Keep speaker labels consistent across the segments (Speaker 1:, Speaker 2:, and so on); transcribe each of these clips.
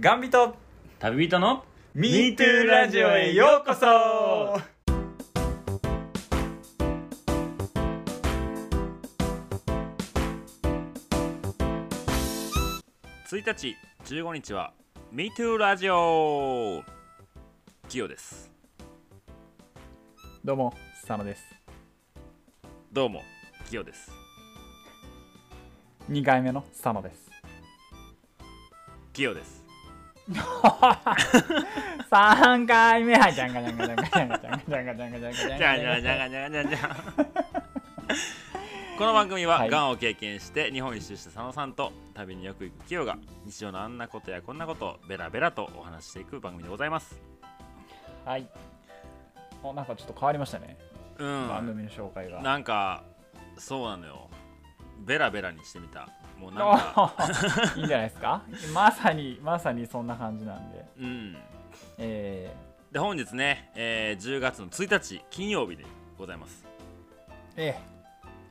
Speaker 1: ガンビト
Speaker 2: 旅人の
Speaker 1: MeToo ラジオへようこそ
Speaker 2: 1日15日は MeToo ラジオキヨです
Speaker 1: どうも佐野です
Speaker 2: どうもキヨです
Speaker 1: 2回目の佐野です
Speaker 2: キヨです
Speaker 1: 3回目はいじゃんがじゃんがじゃんがじゃんがじゃんがじゃんがじゃんがじゃんがじゃん
Speaker 2: じゃんじゃ
Speaker 1: が
Speaker 2: んじ
Speaker 1: じゃん
Speaker 2: ゃんじゃんじゃんじゃん この番組は、
Speaker 1: はい
Speaker 2: がんを経験して日本一周した佐野さんと旅によく行くキヨが日常のあんなことやこんなことをベラベラとお話ししていく番組でございます
Speaker 1: はいおなんかちょっと変わりましたね、
Speaker 2: う
Speaker 1: 番
Speaker 2: ん
Speaker 1: 組の紹介が
Speaker 2: なんかそうなのよベラベラにしてみたもうなんか
Speaker 1: おいいんじゃないですかまさにまさにそんな感じなんで
Speaker 2: うん
Speaker 1: え
Speaker 2: で本日ね、えー10月の1日金曜日でございます
Speaker 1: ー、え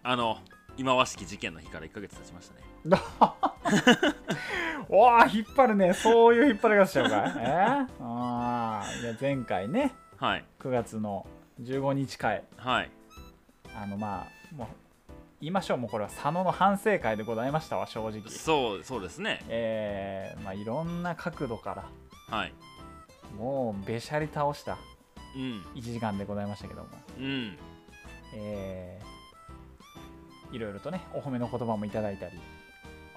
Speaker 2: あの忌まわしき事件の日から1ヶ月経ちましたね
Speaker 1: えおお引っ張るねそういう引っ張り方しちゃうかいえー、あーいや前回ね
Speaker 2: はい
Speaker 1: 9月の15日会
Speaker 2: はい
Speaker 1: あのまあもう言いましょうもうこれは佐野の反省会でございましたわ正直
Speaker 2: そうそうですね
Speaker 1: えー、まあいろんな角度から
Speaker 2: はい
Speaker 1: もうべしゃり倒した
Speaker 2: うん
Speaker 1: 1時間でございましたけども
Speaker 2: うん
Speaker 1: えー、いろいろとねお褒めの言葉もいただいたり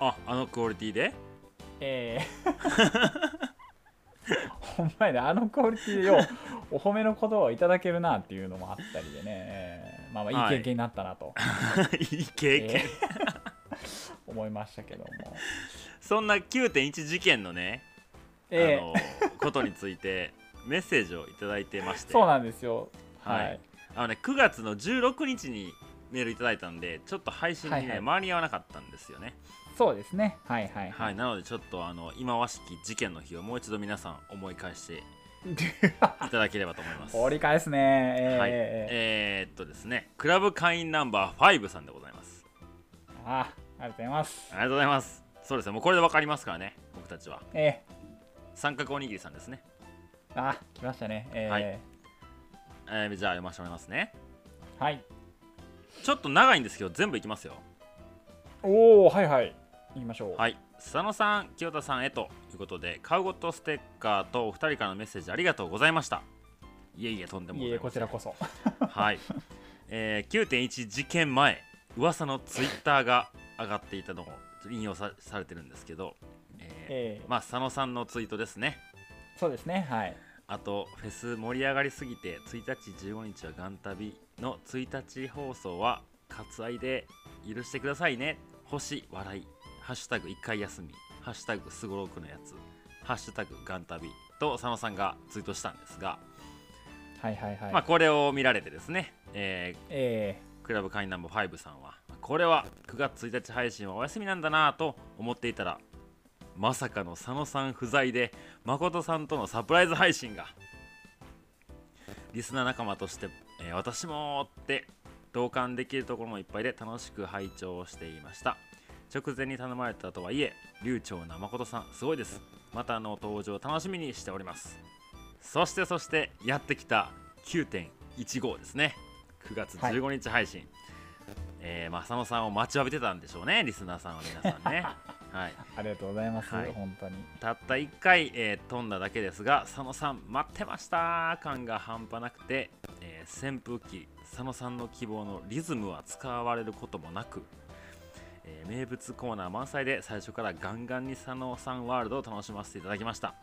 Speaker 2: ああのクオリティで
Speaker 1: えーほんまやねあのクオリティでようお褒めの言葉をいただけるなっていうのもあったりでね、えーまあまあいい経験になったなと、
Speaker 2: いい経 験、
Speaker 1: えー思いましたけども、
Speaker 2: そんな9.1事件のね、
Speaker 1: えー
Speaker 2: あのことについて メッセージをいただいてまして
Speaker 1: そうなんですよ
Speaker 2: はい
Speaker 1: はい、
Speaker 2: あのね9月の16日にメールいただいたんでちょっと配信にね、
Speaker 1: はいはい
Speaker 2: 間に合わなかったんですよね
Speaker 1: そうですねはいはい
Speaker 2: はいい、なのでちょっとあの忌まわしき事件の日をもう一度皆さん思い返して いただければと思います。
Speaker 1: 折り返すね
Speaker 2: はい、
Speaker 1: えー
Speaker 2: え
Speaker 1: え
Speaker 2: ーっとですね、クラブ会員ナンバー5さんでございます。
Speaker 1: ーあありがとうございます
Speaker 2: ありがとうございます。そうですね、もうこれでわかりますからね、僕たちは。
Speaker 1: え
Speaker 2: 三角おにぎりさんですね。
Speaker 1: ー、あ来ましたねえー、
Speaker 2: は
Speaker 1: はいい、
Speaker 2: えーじゃあ読ませてもらいますね。
Speaker 1: はい、
Speaker 2: ちょっと長いんですけど、全部いきますよ。
Speaker 1: おおはいはい行きましょう、
Speaker 2: はい、佐野さん、清田さんへということで、カウゴットステッカーとお二人からのメッセージありがとうございました。いえいえ、とんでもご
Speaker 1: い
Speaker 2: ざい
Speaker 1: え
Speaker 2: ません
Speaker 1: こちらこそ
Speaker 2: はい、えー、9.1事件前噂のツイッターが上がっていたのを引用さされてるんですけど、え
Speaker 1: え
Speaker 2: ー
Speaker 1: ー
Speaker 2: まあ、佐野さんのツイートですね
Speaker 1: そうですねはい
Speaker 2: あとフェス盛り上がりすぎて1日15日は元旅の1日放送は割愛で許してくださいね星笑いハッシュタグ1回休みハッシュタグすごろくのやつハッシュタグ元旅と佐野さんがツイートしたんですが、
Speaker 1: はいはいはい、
Speaker 2: まあこれを見られてですね、えー
Speaker 1: え
Speaker 2: クラブ会員ナンバー5さんはこれは9月1日配信はお休みなんだなぁと思っていたらまさかの佐野さん不在で誠さんとのサプライズ配信がリスナー仲間として、えー私もーって同感できるところもいっぱいで楽しく拝聴をしていました直前に頼まれたとはいえ流暢な誠さんすごいですまたの登場楽しみにしておりますそしてそしてやってきた9.15ですね9月15日配信、えーまあ、佐野さんを待ちわびてたんでしょうねリスナーさんは皆さんねはい
Speaker 1: ー、ありがとうございます、
Speaker 2: はい
Speaker 1: 本当に
Speaker 2: たった1回、えー飛んだだけですが佐野さん待ってました感が半端なくて、えー扇風機佐野さんの希望のリズムは使われることもなく、えー名物コーナー満載で最初からガンガンに佐野さんワールドを楽しませていただきました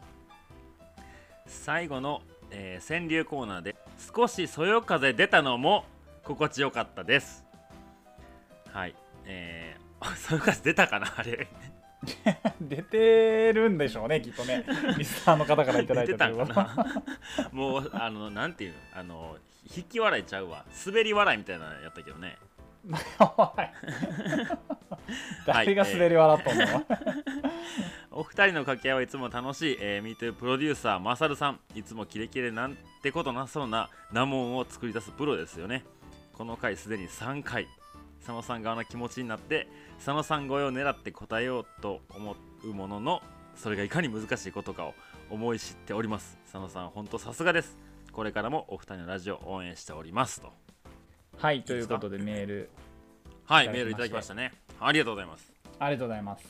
Speaker 2: 最後の、えー川柳コーナーで少しそよ風出たのも心地よかったですはいえー、 そよ風出たかなあれ
Speaker 1: 出てるんでしょうねきっと ねリスナーの方からいただい
Speaker 2: 出
Speaker 1: た
Speaker 2: てた
Speaker 1: とい
Speaker 2: ん
Speaker 1: う
Speaker 2: か
Speaker 1: ことは
Speaker 2: な もうあのなんていうのあの引き笑いちゃうわ滑り笑いみたいなのやったけどね
Speaker 1: おい誰が滑り笑ったんだろう、
Speaker 2: お二人の掛け合いはいつも楽しい、えー、ミートゥープロデューサーマサルさんいつもキレキレなんてことなそうな難問を作り出すプロですよねこの回すでに3回佐野さん側の気持ちになって佐野さん越えを狙って答えようと思うもののそれがいかに難しいことかを思い知っております佐野さん本当さすがですこれからもお二人のラジオ応援しておりますと
Speaker 1: はいということでメール
Speaker 2: はい
Speaker 1: いただきまして
Speaker 2: メールいただきましたねありがとうございます
Speaker 1: ありがとうございます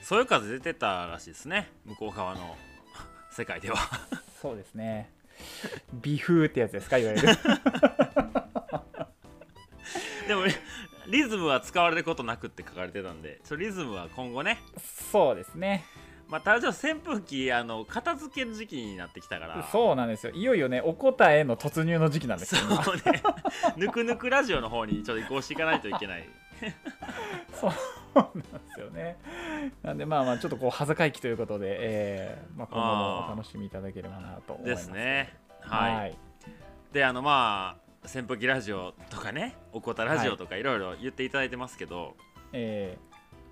Speaker 2: そよ風出てたらしいですね向こう側の 世界では
Speaker 1: そうですね微風ってやつですかいわゆ る
Speaker 2: でもリズムは使われることなくって書かれてたんでちょリズムは今後ね
Speaker 1: そうですね
Speaker 2: まあただちょっと扇風機あの片付ける時期になってきたから
Speaker 1: そうなんですよいよいよねお答えの突入の時期なんです
Speaker 2: そ
Speaker 1: よ今
Speaker 2: うね ぬくぬくラジオの方にちょっと移行していかないといけない
Speaker 1: そうなんですよね。なんでまあまあちょっとこう恥ずかい気ということで、えーまあ、今後もお楽しみいただければなと思いま。
Speaker 2: ですす。ね
Speaker 1: はい。
Speaker 2: はいであのまあ扇風機ラジオとかねおこたラジオとかいろいろ言っていただいてますけど、
Speaker 1: え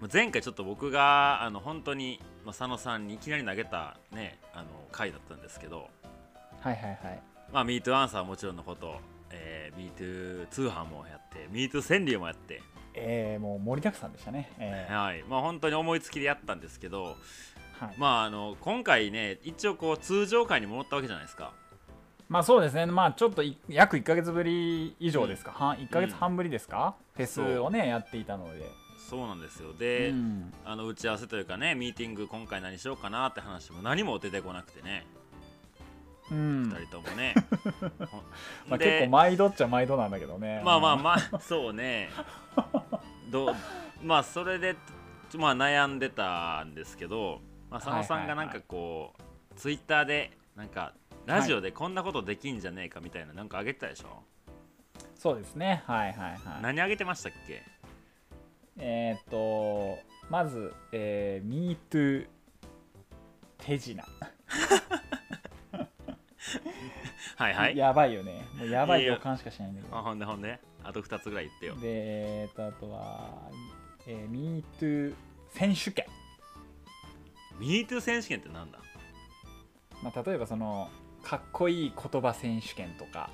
Speaker 2: まあ前回ちょっと僕があの本当に、まあ、佐野さんにいきなり投げたねあの回だったんですけど
Speaker 1: ー、はいはいはい。
Speaker 2: 「まあ、MeToo アンサー」はもちろんのこと「えー、MeToo 通販」もやって「MeToo 川柳」もやって、
Speaker 1: えー、もう盛りだくさんでしたね。えー
Speaker 2: はいまあ、本当に思いつきでやったんですけど、
Speaker 1: はい、
Speaker 2: まあ、あの今回ね一応こう通常回に戻ったわけじゃないですか。
Speaker 1: まあそうですね。まあちょっとい約1ヶ月ぶり以上ですか。はん1ヶ月半ぶりですか。フェスをねやっていたので。
Speaker 2: そうなんですよで、
Speaker 1: うん
Speaker 2: あの打ち合わせというかねミーティング今回何しようかなって話も何も出てこなくてね、
Speaker 1: うん
Speaker 2: 2人とも ね。ほん
Speaker 1: まあ、結
Speaker 2: で
Speaker 1: 構毎度っちゃ毎度なんだけどね。
Speaker 2: まあまあまあそう ねどうまあそれでちょまあ悩んでたんですけど、まあ、佐野さんがなんかこう、ツイッターでなんかラジオでこんなことできんじゃねえかみたいななんかあげてたでしょ、
Speaker 1: そうですね。はいはいはい。
Speaker 2: 何あげてましたっけ
Speaker 1: えー、とまず、えー、MeToo 手品、
Speaker 2: はいはい
Speaker 1: やばいよねもうやばい
Speaker 2: いや
Speaker 1: 予感しかしないんだけ
Speaker 2: あ
Speaker 1: ど
Speaker 2: ほんでほんであと2つぐらい言ってよ
Speaker 1: で、えー、とあとは、えー、MeToo 選手権、
Speaker 2: 「MeToo 選手権」ってなんだ
Speaker 1: まあ、例えばそのかっこいい言葉選手権 とか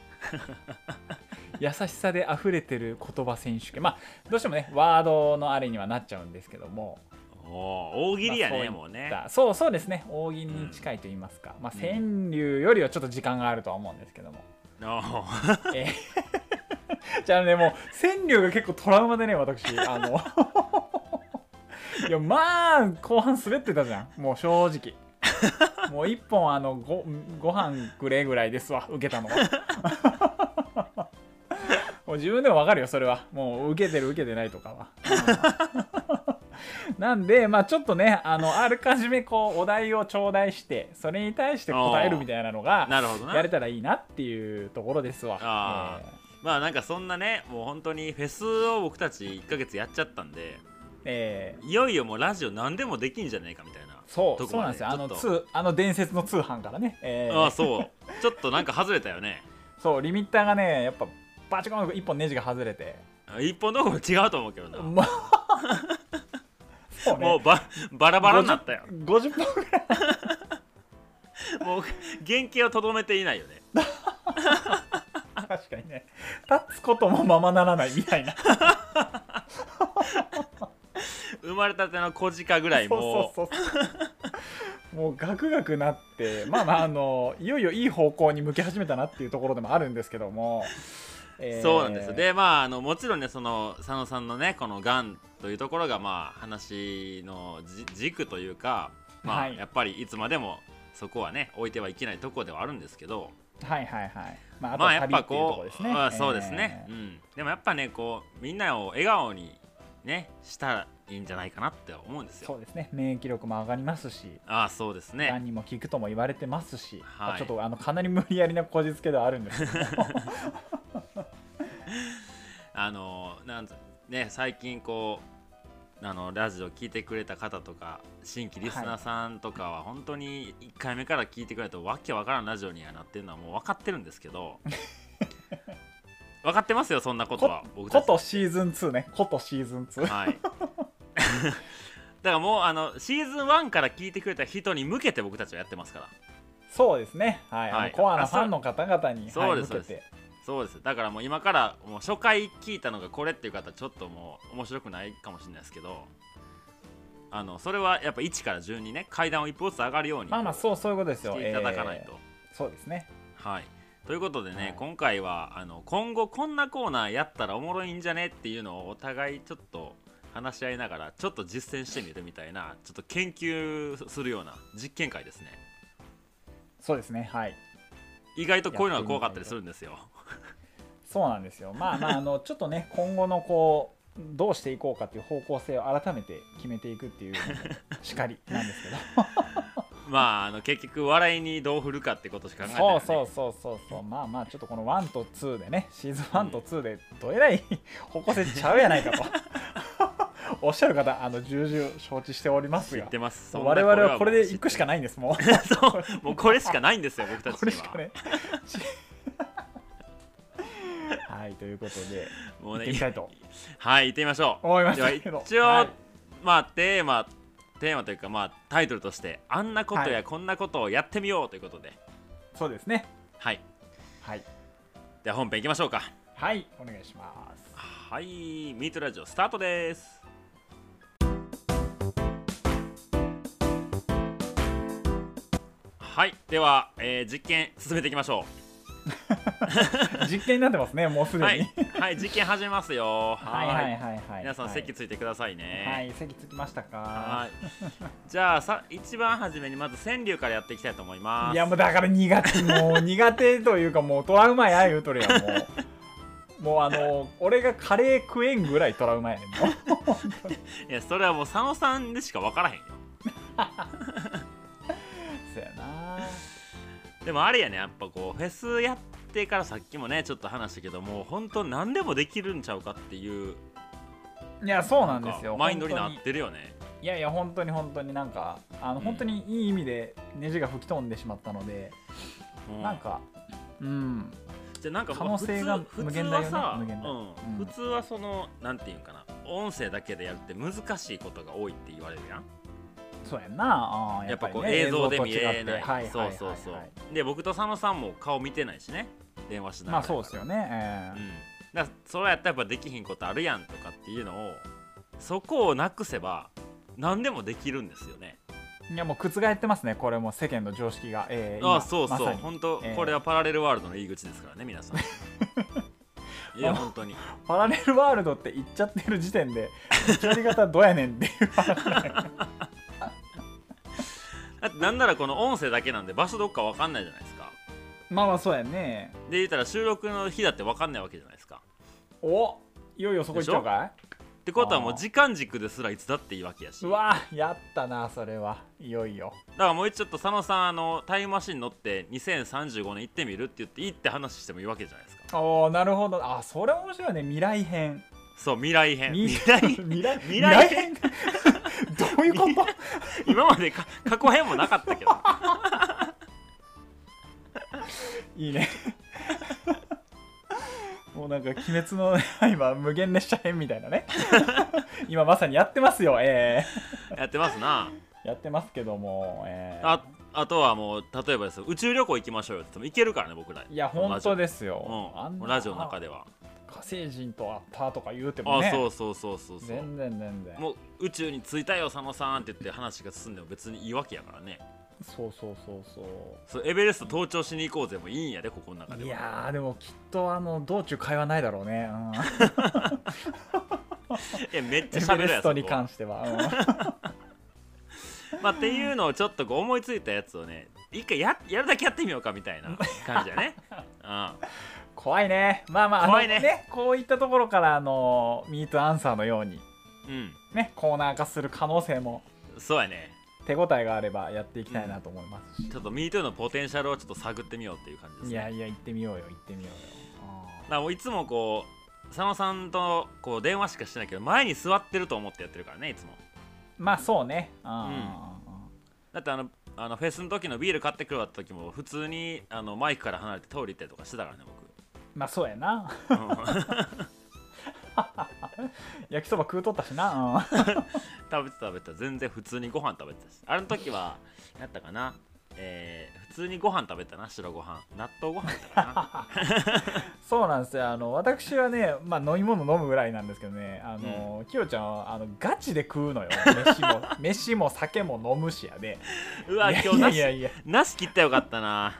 Speaker 1: 優しさで溢れてる言葉選手権まあどうしてもねワードのあれにはなっちゃうんですけども
Speaker 2: おー大喜利やね、
Speaker 1: まあ
Speaker 2: もうね
Speaker 1: だそうそうですね大喜利に近いと言いますか、まあ川柳よりはちょっと時間があるとは思うんですけども
Speaker 2: おー
Speaker 1: えーじゃあねもう川柳が結構トラウマでね私あのいやまあ後半滑ってたじゃんもう正直もう一本あのごご飯くれぐらいですわ受けたのはもう自分でも分かるよそれはもう受けてる受けてないとかはうんなんでまあちょっとねあのあらかじめこうお題を頂戴してそれに対して答えるみたいなのが
Speaker 2: なるほどな
Speaker 1: やれたらいいなっていうところですわ。
Speaker 2: あまあなんかそんなねもう本当にフェスを僕たち1ヶ月やっちゃったんで
Speaker 1: えーえー
Speaker 2: いよいよもうラジオ何でもできんじゃねえかみたいな
Speaker 1: そう
Speaker 2: とこ
Speaker 1: そう
Speaker 2: ま
Speaker 1: なん
Speaker 2: で
Speaker 1: ですよ
Speaker 2: ち
Speaker 1: あの
Speaker 2: ょっと
Speaker 1: 通あの伝説の通販からね、えー
Speaker 2: ああそうちょっとなんか外れたよね
Speaker 1: そうリミッターがねやっぱバチコンと一本ネジが外れて
Speaker 2: あ一本どころ違うと思うけどな
Speaker 1: もう そうね
Speaker 2: もうババラバラになったよ
Speaker 1: 50本ぐらい
Speaker 2: もう原型をとどめていないよね
Speaker 1: 確かにね立つこともままならないみた いな
Speaker 2: 生まれたての小鹿ぐらいもう
Speaker 1: そうそうそうそうもうガクガクなってまあまああのいよいよいい方向に向き始めたなっていうところでもあるんですけども、えー
Speaker 2: そうなんですよでまああのもちろんねその佐野さんのねこのがんというところがまあ話のじ軸というかまあ、
Speaker 1: はい
Speaker 2: やっぱりいつまでもそこはね置いてはいけないとこではあるんですけど
Speaker 1: はいはいはい。まあ、あと
Speaker 2: まあや
Speaker 1: は
Speaker 2: っ
Speaker 1: 旅
Speaker 2: ぱ
Speaker 1: っていうとこ
Speaker 2: こ
Speaker 1: ろ
Speaker 2: う
Speaker 1: ですね。
Speaker 2: あそうですね、
Speaker 1: えー
Speaker 2: うん、でもやっぱねこうみんなを笑顔にねしたらいいんじゃないかなって思うんですよ
Speaker 1: そうですね。免疫力も上がりますし、
Speaker 2: ああそうです
Speaker 1: が
Speaker 2: ね
Speaker 1: んにも効くとも言われてますし、
Speaker 2: はい
Speaker 1: まあちょっとあのかなり無理やりなこじつけではあるんです けど、
Speaker 2: あのなんつね最近こうあのラジオ聞いてくれた方とか新規リスナーさんとかは本当に1回目から聞いてくれたわけわからんラジオにはなってるのはもう分かってるんですけ ど分かってますよそんなことは僕た
Speaker 1: こ
Speaker 2: ち
Speaker 1: とシーズン2ね。ことシーズン2。
Speaker 2: はい。 だからもうあのシーズン1から聞いてくれた人に向けて僕たちはやってますから
Speaker 1: そうですね。はい。あの
Speaker 2: はい
Speaker 1: コアな
Speaker 2: あ
Speaker 1: フ
Speaker 2: そう
Speaker 1: ァンの方々に、
Speaker 2: そう
Speaker 1: はい、
Speaker 2: で
Speaker 1: 向
Speaker 2: す
Speaker 1: け
Speaker 2: そうで
Speaker 1: て。
Speaker 2: そうですだからもう今からもう初回聞いたのがこれっていう方ちょっともう面白くないかもしれないですけどあのそれはやっぱ1から順にね階段を一歩ずつ上がるように
Speaker 1: まあまあそうそういうことです
Speaker 2: し
Speaker 1: よ
Speaker 2: ていただかないと、
Speaker 1: えーそうですね
Speaker 2: はいということでね、
Speaker 1: はい
Speaker 2: 今回はあの今後こんなコーナーやったらおもろいんじゃねっていうのをお互いちょっと話し合いながらちょっと実践してみるみたいなちょっと研究するような実験会ですね
Speaker 1: そうですねはい
Speaker 2: 意外とこういうのが怖かったりするんですよ
Speaker 1: そうなんですよまあまああのちょっとね 今後のこうどうしていこうかっていう方向性を改めて決めていくっ ていうのもしかりなんですけど
Speaker 2: まああの結局笑いにどう振るかってことしか考えてない、
Speaker 1: そ
Speaker 2: ね
Speaker 1: う、そうそうそうそうまあまあちょっとこの1と2でねシーズン1と2でどえらい 方向性ちゃうやないか とおっしゃる方あの重々承知しております
Speaker 2: 知っ
Speaker 1: が
Speaker 2: てます
Speaker 1: 我々はこれで行くしか
Speaker 2: ない
Speaker 1: ないんですもう
Speaker 2: そうもうこれしかないんですよ僕たち
Speaker 1: これ
Speaker 2: に
Speaker 1: し
Speaker 2: は
Speaker 1: かね はいということで
Speaker 2: もう
Speaker 1: 行っ
Speaker 2: ね
Speaker 1: てみたいと
Speaker 2: はい行ってみましょう
Speaker 1: 思いまし
Speaker 2: では
Speaker 1: たけど
Speaker 2: 一応、
Speaker 1: はい
Speaker 2: まあテーマテーマというかまあタイトルとしてあんなこと
Speaker 1: は
Speaker 2: や
Speaker 1: い
Speaker 2: こんなことをやってみようということで
Speaker 1: そうですね
Speaker 2: はい
Speaker 1: はい
Speaker 2: では本編いきましょうか
Speaker 1: はいお願いします
Speaker 2: はいミートラジオスタートですはいでは、えー実験進めていきましょ
Speaker 1: 実験になってますねもうす
Speaker 2: う
Speaker 1: でに
Speaker 2: はい、はい、実験始めますよ
Speaker 1: はいはいはいはい
Speaker 2: 皆さん席ついてくださいね
Speaker 1: はい席つきました
Speaker 2: は
Speaker 1: か
Speaker 2: い。じゃあさ一番初めにまず川柳からやっていきたいと思います。
Speaker 1: いやもうだから苦手もう苦手というかもうトラウマや言うとるやんもうもう あの俺がカレー食えんぐらいトラウマやねんもう
Speaker 2: いやそれはもう佐野さんでしか分からへんよ。
Speaker 1: そうやな
Speaker 2: でもあれやねやっぱこうフェスやってからさっきもねちょっと話したけどもう本当何でもできるんちゃうかっていう
Speaker 1: いやそうなんです
Speaker 2: な
Speaker 1: よ
Speaker 2: かマインドにな
Speaker 1: 本当
Speaker 2: ってるよね。
Speaker 1: いやいや本当に本当になんかあの、
Speaker 2: うん
Speaker 1: 本当にいい意味でネジが吹き飛んでしまったので、
Speaker 2: うん
Speaker 1: なんかうん
Speaker 2: じゃあなんか
Speaker 1: 可能性が
Speaker 2: 普通
Speaker 1: 無限
Speaker 2: 普
Speaker 1: 大よね
Speaker 2: 通はさ、
Speaker 1: 無限大
Speaker 2: うん
Speaker 1: うん
Speaker 2: 普通はそのなんていうんかな音声だけでやるって難しいことが多いって言われるやん。
Speaker 1: そうやんなあー
Speaker 2: やっぱこう
Speaker 1: りね
Speaker 2: 映像で
Speaker 1: と
Speaker 2: 見
Speaker 1: 違
Speaker 2: れ
Speaker 1: って
Speaker 2: ない、
Speaker 1: はい
Speaker 2: そ
Speaker 1: は
Speaker 2: う
Speaker 1: い
Speaker 2: そうそう、
Speaker 1: はいはい
Speaker 2: で僕と佐野さんも顔見てないしね電話しなが
Speaker 1: ま
Speaker 2: ら
Speaker 1: あそうですよね、え
Speaker 2: う
Speaker 1: ー
Speaker 2: ん、だからそれやったらやっぱできひんことあるやんとかっていうのをそこをなくせば何でもできるんですよね
Speaker 1: いやもう覆ってますねこれもう世間の常識が、えー、
Speaker 2: あ
Speaker 1: 今
Speaker 2: あそうそう、
Speaker 1: まさに
Speaker 2: 本当、
Speaker 1: ええ
Speaker 2: これはパラレルワールドの入り口ですからね皆 さんいや本当に
Speaker 1: パラレルワールドって言っちゃってる時点で受けり方どうやねんっていう
Speaker 2: だってなんならこの音声だけなんで場所どっか分かんないじゃないですか
Speaker 1: まあまあそうやね
Speaker 2: で言ったら収録の日だって分かんないわけじゃないですか
Speaker 1: おいよいよそこ行っちゃうか
Speaker 2: ってことはも
Speaker 1: あ
Speaker 2: う
Speaker 1: ー
Speaker 2: 時間軸ですらいつだっていいわけやし
Speaker 1: い
Speaker 2: だ
Speaker 1: う
Speaker 2: か
Speaker 1: わやったなそれはいよいよ
Speaker 2: らもうちょっと佐野さんあのタイムマシン乗って2035年行ってみるって言っていいって話してもいいわけじゃないですか
Speaker 1: おーなるほどあそれ面白いね未来編
Speaker 2: そう未来編
Speaker 1: み
Speaker 2: 未来編
Speaker 1: 未来
Speaker 2: 未来
Speaker 1: 編 どういうこと
Speaker 2: 今までか過去編もなかったけど
Speaker 1: いいね もうなんか「鬼滅 の刃無限列車編」みたいな ね今まさにやってますよえ
Speaker 2: やって ますな
Speaker 1: ー、やってますけどもえー、
Speaker 2: ああとはもう例えばですよ宇宙旅行行きましょうよって言っても行けるからね僕ら
Speaker 1: いや本当です
Speaker 2: う
Speaker 1: よ、あん
Speaker 2: ん
Speaker 1: な
Speaker 2: ラジオの中では
Speaker 1: 火星人と会ったとか言うて
Speaker 2: あ、
Speaker 1: もね
Speaker 2: そうそうそうそうそう
Speaker 1: 全然全然
Speaker 2: もう宇宙に着いたよ佐野さんって言って話が進んでも別にいいわけやからね
Speaker 1: そうそうそうそ
Speaker 2: そうエベレスト登頂しに行こうぜもいいんやでここの中
Speaker 1: う
Speaker 2: で
Speaker 1: い
Speaker 2: は
Speaker 1: やーでもきっとあの道中会話ないだろう ね、うん、
Speaker 2: いやめっちゃ
Speaker 1: エ
Speaker 2: 喋
Speaker 1: ベ
Speaker 2: る
Speaker 1: レ
Speaker 2: やつ
Speaker 1: ストに関しては、うん
Speaker 2: まあ、っていうのをちょっとこう思いついたやつをね一回ややるだけやってみようかみたいな感じやね、うん、
Speaker 1: 怖いねまあまああの
Speaker 2: 怖いね
Speaker 1: こういったところからあのミートアンサーのように
Speaker 2: うん、
Speaker 1: ねコーナー化する可能性も
Speaker 2: そうやね
Speaker 1: 手応えがあればやっていきたいなと思いますし、
Speaker 2: ちょっと MeToo のポテンシャルをちょっと探ってみようっていう感じです
Speaker 1: い
Speaker 2: ね
Speaker 1: やいや行ってみようよ行ってみようよ
Speaker 2: だからもういつもこう佐野さんとこう電話しかしてないけど前に座ってると思ってやってるからねいつも
Speaker 1: うんまあそうねうん
Speaker 2: んだってあのあのフェスの時のビール買ってくるわって時も普通にあのマイクから離れて通り行ったりとかしてたからね
Speaker 1: まあそうやな
Speaker 2: 僕、うん、
Speaker 1: 焼きそば食うとったしな、うん
Speaker 2: 食べてた食べてた全然普通にご飯食べてたしあの時はやったかなえー普通にご飯食べたな白ご飯納豆ご飯だな
Speaker 1: そうなんですよあの私はね、まあ、飲み物飲むぐらいなんですけどねあの、きよちゃんはあのガチで食 うのよ飯も飯も酒も飲むしやで
Speaker 2: うわ
Speaker 1: いや
Speaker 2: 今日ないし
Speaker 1: やいやいや
Speaker 2: なし切ったらよかったな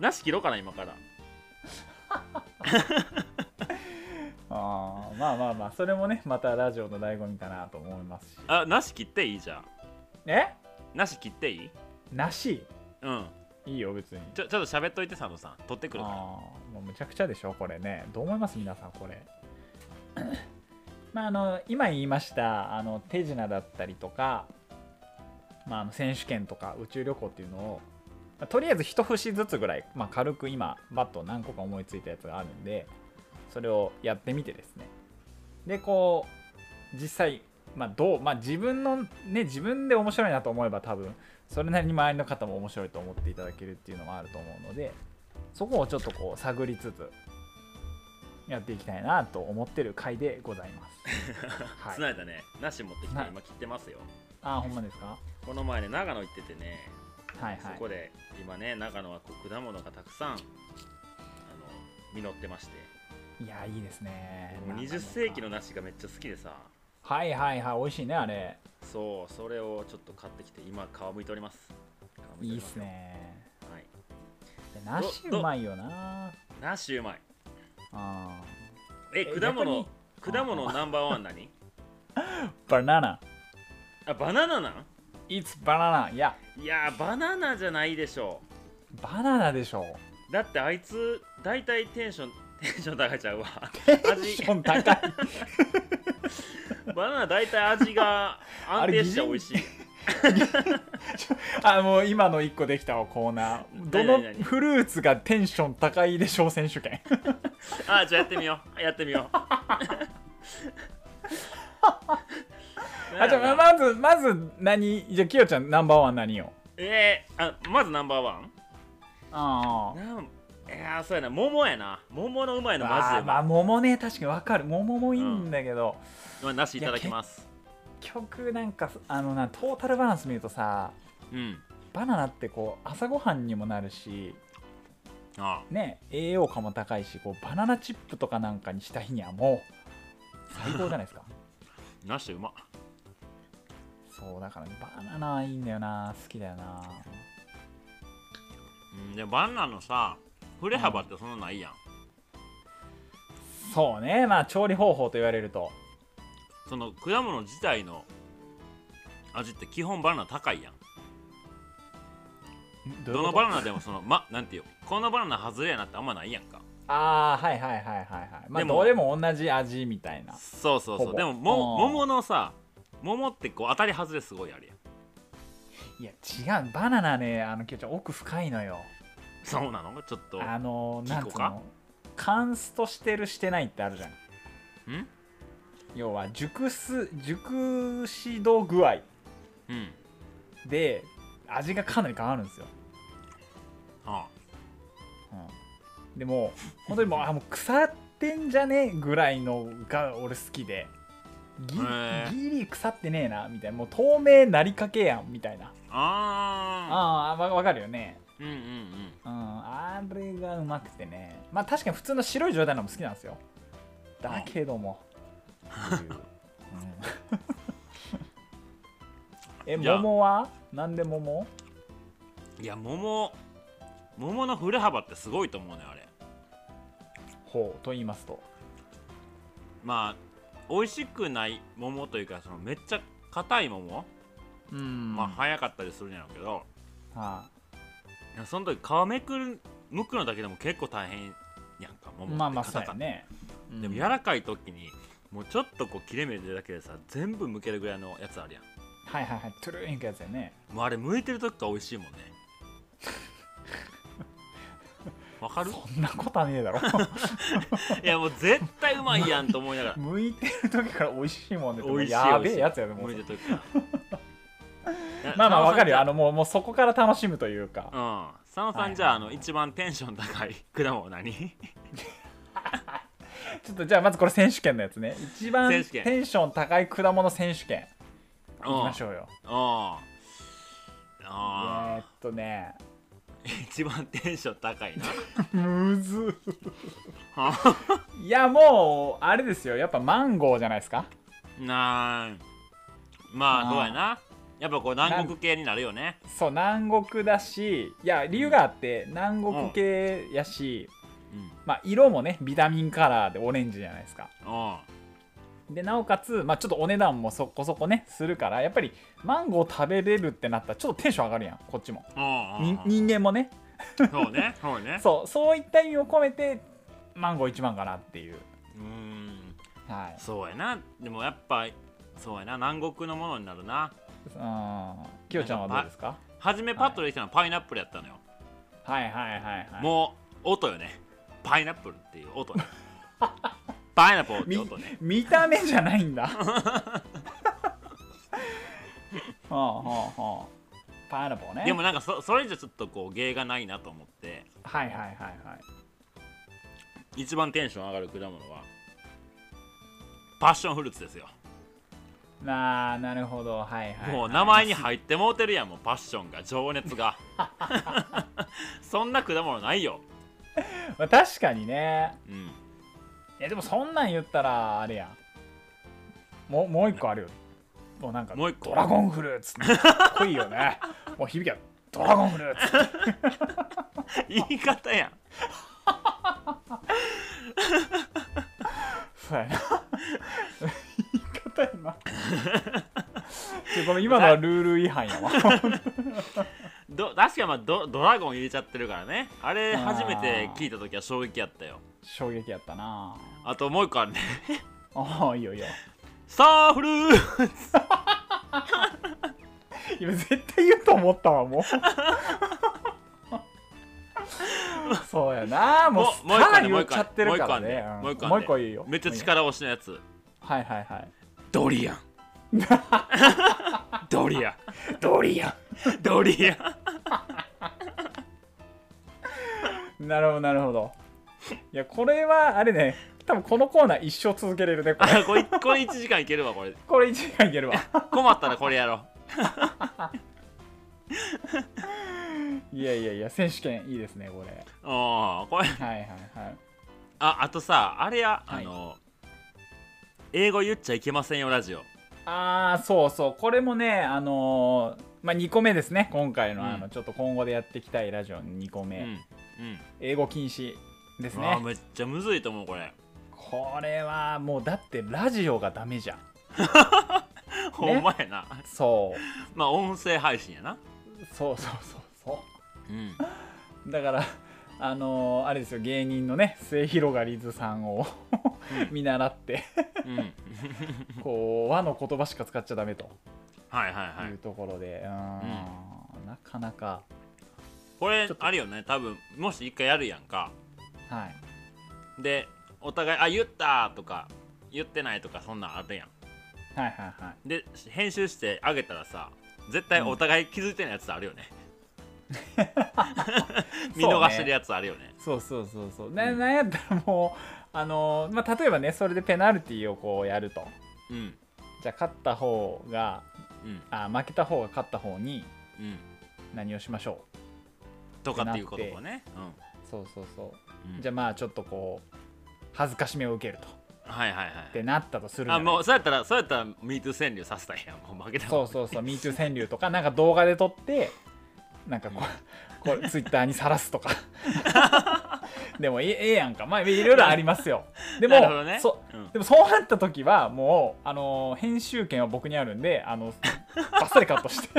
Speaker 2: なし切ろうかな今から
Speaker 1: あーまあまあまあそれもねまたラジオの醍醐味かなと思いますし
Speaker 2: あなし切っていいじゃん
Speaker 1: え
Speaker 2: なし切っていい
Speaker 1: なし
Speaker 2: うん
Speaker 1: いいよ別に
Speaker 2: ちょちょっと喋っといて佐野さん取ってくるから
Speaker 1: あーもうむちゃくちゃでしょこれねどう思います皆さんこれまああの今言いましたあの手品だったりとか、まあ、あの選手権とか宇宙旅行っていうのを、まあとりあえず一節ずつぐらい、まあ、軽く今バット何個か思いついたやつがあるんでそれをやってみてですねでこう実際まあどうまあ自分のね自分で面白いなと思えば多分それなりに周りの方も面白いと思っていただけるっていうのもあると思うのでそこをちょっとこう探りつつやっていきたいなと思ってる回でござい ます。
Speaker 2: つ
Speaker 1: はい、
Speaker 2: ないだねなし持ってきて
Speaker 1: はい
Speaker 2: 今切ってますよ
Speaker 1: あーほんまですか
Speaker 2: この前ね長野行っててね
Speaker 1: はい
Speaker 2: そ
Speaker 1: はい
Speaker 2: こ。で今ね長野はこう果物がたくさんあの実ってまして
Speaker 1: いやいいですね。
Speaker 2: もう20世紀の梨がめっちゃ好きでさ
Speaker 1: はいはいはい美味しいねあれ
Speaker 2: そうそれをちょっと買ってきて今皮むいております皮む
Speaker 1: い
Speaker 2: ており
Speaker 1: いっ
Speaker 2: ますよ、
Speaker 1: ね。
Speaker 2: はい、
Speaker 1: で梨うまいよな。
Speaker 2: 梨うまい
Speaker 1: あ
Speaker 2: え
Speaker 1: え
Speaker 2: 果
Speaker 1: 逆
Speaker 2: 物
Speaker 1: に
Speaker 2: 果物ナンバーワン何
Speaker 1: バナナ。
Speaker 2: あバナナなん
Speaker 1: It's バナナ。いや
Speaker 2: いやーバナナじゃないでしょ
Speaker 1: バナナでしょ。
Speaker 2: うだってあいつ大体テンション テンション高いちゃうわ
Speaker 1: テンション高い。
Speaker 2: バナナ大体味 が安定して美味しい
Speaker 1: あもう今の一個できたわコーナー。ど
Speaker 2: 何々
Speaker 1: のフルーツがテンション高いでしょう選手 権。
Speaker 2: あじゃあやってみようやってみよう
Speaker 1: あじゃあまずまず何じゃあきよちゃんナンバーワン何よ。
Speaker 2: えー、あまずナンバーワン
Speaker 1: ああ。
Speaker 2: なんいやーそうやな桃やな桃のうまいのマジ
Speaker 1: あ
Speaker 2: で
Speaker 1: ー
Speaker 2: う
Speaker 1: ま
Speaker 2: ま
Speaker 1: あ桃ね確かにわかる桃もいいんだけど、
Speaker 2: いまあなしいただきます
Speaker 1: 曲なんかあのなトータルバランス見るとさ
Speaker 2: うん
Speaker 1: バナナってこう朝ごはんにもなるし
Speaker 2: あ
Speaker 1: ね栄養価も高いしこうバナナチップとかなんかにした日にはもう最高じゃないです か
Speaker 2: あなしうま
Speaker 1: そうだからねバナナはいいんだよな好きだよな
Speaker 2: うんでバナナのさ振れ幅ってそんなないやん、
Speaker 1: そうねまあ調理方法と言われると
Speaker 2: その果物自体の味って基本バナナ高いやん
Speaker 1: んどうい
Speaker 2: ど
Speaker 1: うこ
Speaker 2: の
Speaker 1: と
Speaker 2: バナナでもそのまなんていうこのバナナ外れやなってあんまないやんか
Speaker 1: ああはいはいはいはいはいまあ
Speaker 2: でも
Speaker 1: どれも同じ味みたいな
Speaker 2: そうそう
Speaker 1: ほ
Speaker 2: そう
Speaker 1: ぼ
Speaker 2: でもも
Speaker 1: あー
Speaker 2: 桃のさ桃ってこう当たり外れすごいあるやん
Speaker 1: いや違うバナナねあのきよちゃん奥深いのよ
Speaker 2: そうなのちょっと
Speaker 1: あの
Speaker 2: キコか
Speaker 1: なんつうのカンストしてるしてないってあるじゃん
Speaker 2: ん
Speaker 1: 要は熟す熟し度具合
Speaker 2: うん
Speaker 1: で味がかなり変わるんですよ、
Speaker 2: あ
Speaker 1: うん、でも本当に もうあもう腐ってんじゃねえぐらいのが俺好きでギ
Speaker 2: へえ
Speaker 1: リギリ腐ってねえなみたいなもう透明なりかけやんみたいな
Speaker 2: あ
Speaker 1: あーあわわかるよね
Speaker 2: ーうんうんうん
Speaker 1: うんあれがうまくてねまあ確かに普通の白い状態のも好きなんですよだけどもって いううんえ
Speaker 2: じゃあ
Speaker 1: 桃はなんで桃
Speaker 2: いや桃桃の振れ幅ってすごいと思うねあれ
Speaker 1: ほうと言いますと
Speaker 2: まあ美味しくない桃というかそのめっちゃ硬い桃、
Speaker 1: うん
Speaker 2: まあ早かったりするんやろうけど
Speaker 1: はい
Speaker 2: やその時皮めくるむくのだけでも結構大変やんか桃って
Speaker 1: まあまあそ
Speaker 2: 硬
Speaker 1: う
Speaker 2: かっ
Speaker 1: や
Speaker 2: た
Speaker 1: ね
Speaker 2: でも柔
Speaker 1: ら
Speaker 2: らかい時にもうちょっとこう切れ目でだけでさ全部剥けるぐらいのやつあるやん
Speaker 1: はいはいはいトゥルーンいくやつやね
Speaker 2: もうあれ剥いてる時から美味しいもんね わかる
Speaker 1: そんなことはねえだろ
Speaker 2: いやもう絶対うまいやんと思いながら
Speaker 1: 剥いてる時から美味しいもんね
Speaker 2: 美味しい
Speaker 1: やべえやつやでも
Speaker 2: 剥
Speaker 1: う
Speaker 2: いてる時から
Speaker 1: まあまあわかるよあ
Speaker 2: の
Speaker 1: のもうもうそこから楽しむというか
Speaker 2: うん佐野さんじゃあ,、あの一番テンション高い果物何
Speaker 1: ちょっとじゃあまずこれ選手権のやつね一番
Speaker 2: 選手権
Speaker 1: テンション高い果物選手権いきまし
Speaker 2: ょ
Speaker 1: ょうよ
Speaker 2: うんあ
Speaker 1: えー
Speaker 2: あ
Speaker 1: っとね
Speaker 2: 一番テンション高いな
Speaker 1: むず
Speaker 2: はい
Speaker 1: やもうあれですよやっぱマンゴーじゃないですか
Speaker 2: なーま
Speaker 1: あ
Speaker 2: あ
Speaker 1: ー
Speaker 2: そうやなやっぱこう南国系になるよね
Speaker 1: そう南国だしいや理由があって南国系やし、
Speaker 2: うん
Speaker 1: まあ、色もねビタミンカラーでオレンジじゃないですか
Speaker 2: あ
Speaker 1: でなおかつ、まあ、ちょっとお値段もそこそこねするからやっぱりマンゴー食べれるってなったらちょっとテンション上がるやんこっちも
Speaker 2: あ
Speaker 1: に人間もね
Speaker 2: そうねそうね
Speaker 1: そうそういった意味を込めてマンゴー1番かなっていう
Speaker 2: うーん
Speaker 1: はい
Speaker 2: そうやなでもやっぱそうやな南国のものになるな
Speaker 1: うんきよちゃんはどうですか
Speaker 2: 初めパッとできたのはパイナップルやったのよ、
Speaker 1: はいはいはいはい
Speaker 2: もう音よねパイナップルっていう音ね パイナップルって
Speaker 1: み
Speaker 2: 音ね
Speaker 1: 見た目じゃないんだ はあはあはあパイナポーね
Speaker 2: でもなんかそそれじゃちょっとこう芸がないなと思って
Speaker 1: はいはいはいはい
Speaker 2: 一番テンション上がる果物はパッションフルーツですよ、
Speaker 1: なあなるほどはいはい、はい、
Speaker 2: もう名前に入ってもうてるやんもうパッションが情熱が そんな果物ないよ、
Speaker 1: まあ確かにね
Speaker 2: うん、
Speaker 1: いやでもそんなん言ったらあれやんもうもう一個あるよもうなんか
Speaker 2: もう一個
Speaker 1: ドラゴンフルーツかっこいいよねもう響きはドラゴンフルーツ
Speaker 2: 言い方やん
Speaker 1: そうやな言い方やな ちょごめん今のはルール違反や わ
Speaker 2: ど確かにまあドドラゴン入れちゃってるからねあれ
Speaker 1: あー
Speaker 2: 初めて聞いた時は衝撃やったよ
Speaker 1: 衝撃やったな
Speaker 2: あともう一個あるね
Speaker 1: ああいいよいいよ
Speaker 2: サーフルーツ
Speaker 1: 今絶対言うと思ったわ もうそうやなもうスターに言っちゃってるからねうん
Speaker 2: もう一個
Speaker 1: も
Speaker 2: あ
Speaker 1: う
Speaker 2: るね
Speaker 1: 一個いいよ
Speaker 2: めっちゃ力押しのやつ
Speaker 1: はいはいはい
Speaker 2: ドリア ンドリアン
Speaker 1: ドリア
Speaker 2: ドリア
Speaker 1: ンなるほどなるほどいやこれはあれね多分このコーナー一生続けれるねこれ
Speaker 2: ン これこれ1時間いけるわこれ
Speaker 1: これ1時間いけ るわ
Speaker 2: 困ったらこれやろう
Speaker 1: いやいやいや選手権いいですねこれ
Speaker 2: あこれ
Speaker 1: はいはいはい
Speaker 2: ああとさあれや、
Speaker 1: はい
Speaker 2: あの英語言っちゃいけませんよラジオ
Speaker 1: ああそうそうこれもねあのーまあ2個目ですね今回の,、
Speaker 2: うん
Speaker 1: あのちょっと今後でやっていきたいラジオ2個
Speaker 2: う
Speaker 1: 目、
Speaker 2: んうん
Speaker 1: 英語禁止です
Speaker 2: うわ
Speaker 1: ね
Speaker 2: めっちゃむずいと思うこれ
Speaker 1: これはもうだってラジオがダメじゃん
Speaker 2: ほんまやな、
Speaker 1: そう
Speaker 2: まあ音声配信やな
Speaker 1: そうそうそうそ
Speaker 2: うん
Speaker 1: うだからあのーあれですよ芸人のね末広がりずさんを 見習って
Speaker 2: うん
Speaker 1: こう和の言葉しか使っちゃダメと
Speaker 2: はいはいはいいう
Speaker 1: ところで、うーんなかなか
Speaker 2: これ
Speaker 1: ちょっと
Speaker 2: あるよね多分もし一回やるやんか
Speaker 1: はい
Speaker 2: でお互い「あ言った!」とか「言ってない」とかそんなんあるやん
Speaker 1: はいはいはい
Speaker 2: で編集してあげたらさ絶対お互い気づいてないやつあるよ ね、見逃してるやつあるよね
Speaker 1: そうそうそうそうな
Speaker 2: うん
Speaker 1: なんやったらもうあのー、まあ、例えばねそれでペナルティをこうやると
Speaker 2: うん
Speaker 1: じゃあ勝った方が
Speaker 2: うん
Speaker 1: あ負けた方が勝った方に
Speaker 2: うん
Speaker 1: 何をしましょ
Speaker 2: とかっていうこともね
Speaker 1: うそうそうそう
Speaker 2: うん、うん、
Speaker 1: じゃあまあちょっとこう恥ずかしめを受けるとっ
Speaker 2: はいはいはい
Speaker 1: てなったとするじゃ
Speaker 2: あ
Speaker 1: ない
Speaker 2: もうそうやったらそうやったら MeToo 川柳させたんやもう負けた
Speaker 1: そうそうそう「MeToo 川柳」とかなんか動画で撮ってなんかこう こうツイッターにさらすとか でもええええやんかまあいろいろありますよでも
Speaker 2: なるほどね
Speaker 1: そ
Speaker 2: うん
Speaker 1: でもそうなった時はもう、あのー編集権は僕にあるんであ のバッサリカットして「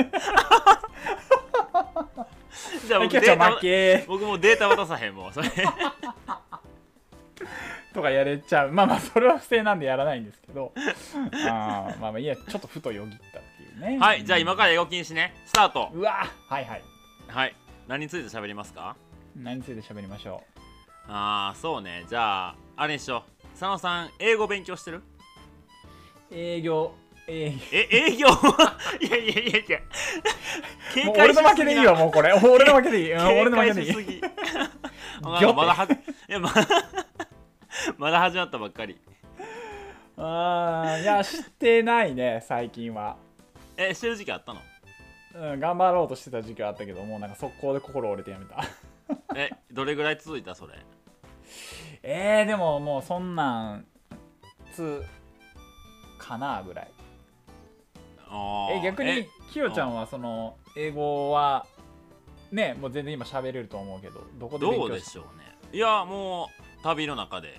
Speaker 2: じゃあ
Speaker 1: はい
Speaker 2: 僕
Speaker 1: き
Speaker 2: デ
Speaker 1: よちゃ
Speaker 2: ー
Speaker 1: ん
Speaker 2: タ
Speaker 1: 負け
Speaker 2: 僕もうデータ渡さへんもうそれ」
Speaker 1: とかやれちゃうまあまあそれは不正なんでやらないんですけどあーまあまあいやちょっとふとよぎったっていうね
Speaker 2: はいじゃあ今から英語禁止ねスタート
Speaker 1: うわはいはい
Speaker 2: はい何について喋りますか
Speaker 1: 何について喋りましょ
Speaker 2: ああそうねじゃああれにしよう佐野さん英語勉強してる
Speaker 1: う営業営業
Speaker 2: え営業 いやいやいやいや警戒しすぎ
Speaker 1: もう俺の負けでいいわもうこれ俺の負けでいいうん俺の負けでいい
Speaker 2: 警戒し すぎなんかまだはいやま まだ始まったばっかり
Speaker 1: あーいやしてないね最近は
Speaker 2: えしてる時期あったの
Speaker 1: うん、頑張ろうとしてた時期はあったけどもうなんか速攻で心折れてやめた
Speaker 2: えどれぐらい続いたそれ
Speaker 1: えー、でももうそんなんつかなぐらい
Speaker 2: あー
Speaker 1: え逆にきよちゃんはその英語はねもう全然今喋れると思うけどどこで勉
Speaker 2: どう
Speaker 1: 強
Speaker 2: で
Speaker 1: し
Speaker 2: しょうねいやもう旅の中で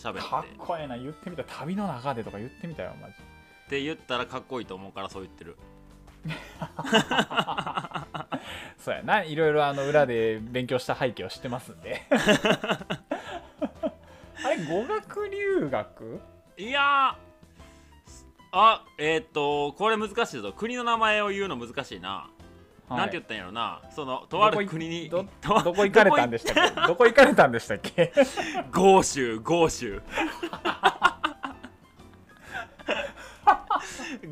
Speaker 1: た
Speaker 2: 喋
Speaker 1: か
Speaker 2: っ
Speaker 1: って
Speaker 2: っ
Speaker 1: こええな言ってみた旅の中でとか言ってみたよマジ
Speaker 2: て言ったらかっこいいと思うからそう言ってる
Speaker 1: そうやないろいろあの裏で勉強した背景を知ってますん であれ語学留学
Speaker 2: いやーあえーっとこれ難しいぞ国の名前を言うの難しいな、なんて言ったんやろなそのとある国に
Speaker 1: ど
Speaker 2: とあ
Speaker 1: どこ行かれたんでした っけどこ行かれたんでしたっけ
Speaker 2: 豪州豪 州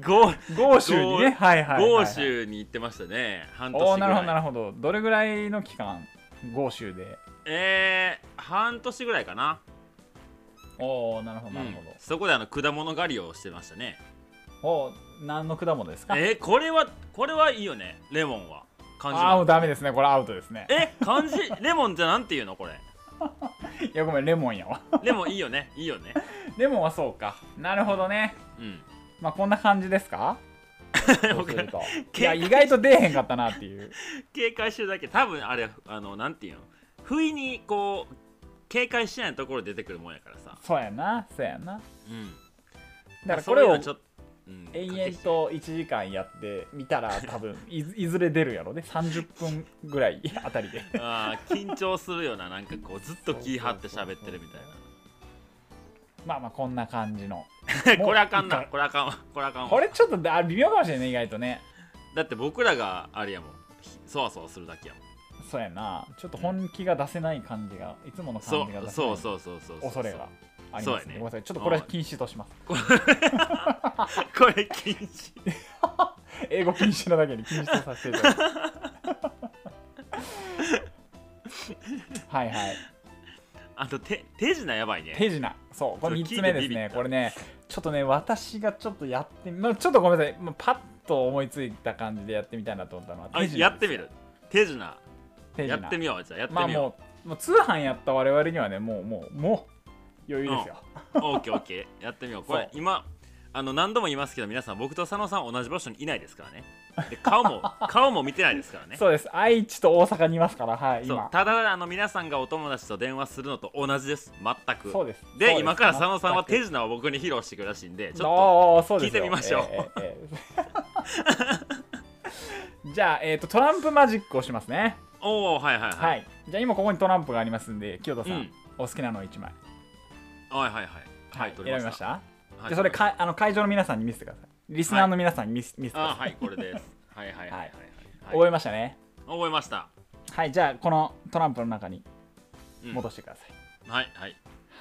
Speaker 2: 豪
Speaker 1: 豪州にねはいはい、はい、
Speaker 2: 豪州に行ってましたね半年ぐ
Speaker 1: お
Speaker 2: ら
Speaker 1: お
Speaker 2: い
Speaker 1: なるほどなるほどどれぐらいの期間豪州で
Speaker 2: えー、半年ぐらいかな
Speaker 1: おおなるほどなるほ
Speaker 2: うんそこであの果物狩りをしてましたね
Speaker 1: ど、おお何の果物ですか
Speaker 2: えー、これはこれはいいよねレモンは漢字
Speaker 1: ああもう
Speaker 2: の
Speaker 1: ダメですねこれアウトですね
Speaker 2: え漢字レモンじゃなんていうのこれ
Speaker 1: いやごめんレモンや わ
Speaker 2: レモンいいよねいいよね
Speaker 1: レモンはそうかなるほどね
Speaker 2: うん
Speaker 1: まあこんな感じです かそうするといや
Speaker 2: 警戒
Speaker 1: 意外と出えへんかったなっていう
Speaker 2: 警戒してるだけ多分あれあのなんていうの不意にこう警戒しないところで出てくるもんやからさ
Speaker 1: そうやなそうやな
Speaker 2: うん
Speaker 1: だから
Speaker 2: そ
Speaker 1: こ
Speaker 2: うい
Speaker 1: れ
Speaker 2: うの
Speaker 1: を
Speaker 2: はちょっと、うん
Speaker 1: 延々と1時間やってみたら多分いずいずれ出るやろね30分ぐらいあたりで
Speaker 2: あー緊張するよななんかこうずっと気張って喋ってるみたい
Speaker 1: まあまあこんな感じの
Speaker 2: な これあかんなこれあかんわこれあかんわ
Speaker 1: これちょっとだ微妙かもしれない意外とね
Speaker 2: だって僕らがあれやもんひそわそわするだけやもん
Speaker 1: そうやなちょっと本気が出せない感じがいつもの
Speaker 2: そ
Speaker 1: 感
Speaker 2: う
Speaker 1: じが出せな
Speaker 2: そ
Speaker 1: いう
Speaker 2: そうそうそう
Speaker 1: 恐れがあり
Speaker 2: そう
Speaker 1: ま
Speaker 2: や
Speaker 1: す
Speaker 2: ね
Speaker 1: ねごめんなさいちょっとこれは禁止とします
Speaker 2: これ禁止
Speaker 1: 英語禁止なだけに禁止とさせて いただきますはいはい
Speaker 2: あと手手品やばいね
Speaker 1: 手品そうこれ
Speaker 2: ちょ
Speaker 1: 3
Speaker 2: っと
Speaker 1: つ目で
Speaker 2: 聞い
Speaker 1: す
Speaker 2: てビビっ
Speaker 1: ね
Speaker 2: た
Speaker 1: これねちょっとね私がちょっとやってみ、まあ、ちょっとごめんなさい、まあ、パッと思いついた感じでやってみたいなと思ったのは
Speaker 2: あ
Speaker 1: 手品です
Speaker 2: やってみる手品
Speaker 1: 手
Speaker 2: や
Speaker 1: 品
Speaker 2: ってみようじゃあやって
Speaker 1: まあ
Speaker 2: みよ
Speaker 1: もうもう通販やった我々にはねもうもうもう余裕ですよ、
Speaker 2: うオッケーオッケーやってみようこれ
Speaker 1: そう
Speaker 2: 今あの何度も言いますけど皆さん僕と佐野さん同じ場所にいないですからねで顔も 顔も見てないですからね
Speaker 1: そうです愛知と大阪にいますからはい
Speaker 2: そう
Speaker 1: 今
Speaker 2: ただあの皆さんがお友達と電話するのと同じです全く
Speaker 1: そうです
Speaker 2: で今から佐野さんは手
Speaker 1: 品
Speaker 2: 品を僕に披露してくるらしいんでち
Speaker 1: ち
Speaker 2: ょっ
Speaker 1: ょっと
Speaker 2: 聞いてみましょう
Speaker 1: じゃあ、えー、と トランプマジックをしますね
Speaker 2: とおおはいはい
Speaker 1: は
Speaker 2: はい
Speaker 1: い、じゃあ今ここにトランプがありますんで清田さん、
Speaker 2: うん
Speaker 1: お好きなの1枚
Speaker 2: はいはいはいはい
Speaker 1: 選
Speaker 2: 取
Speaker 1: び
Speaker 2: り
Speaker 1: ま
Speaker 2: まし
Speaker 1: した
Speaker 2: たはい
Speaker 1: でそれ
Speaker 2: 取りまし
Speaker 1: かあの会場の皆さんに見せてくださいリスナーの皆さんに見せ,、見せて
Speaker 2: た
Speaker 1: くだ
Speaker 2: あ
Speaker 1: さ、
Speaker 2: はいいこれですはいはいはいはいはい
Speaker 1: 覚えましたね
Speaker 2: 覚えました
Speaker 1: はいじゃあこのトランプの中に
Speaker 2: うん
Speaker 1: 戻してください、
Speaker 2: はいはい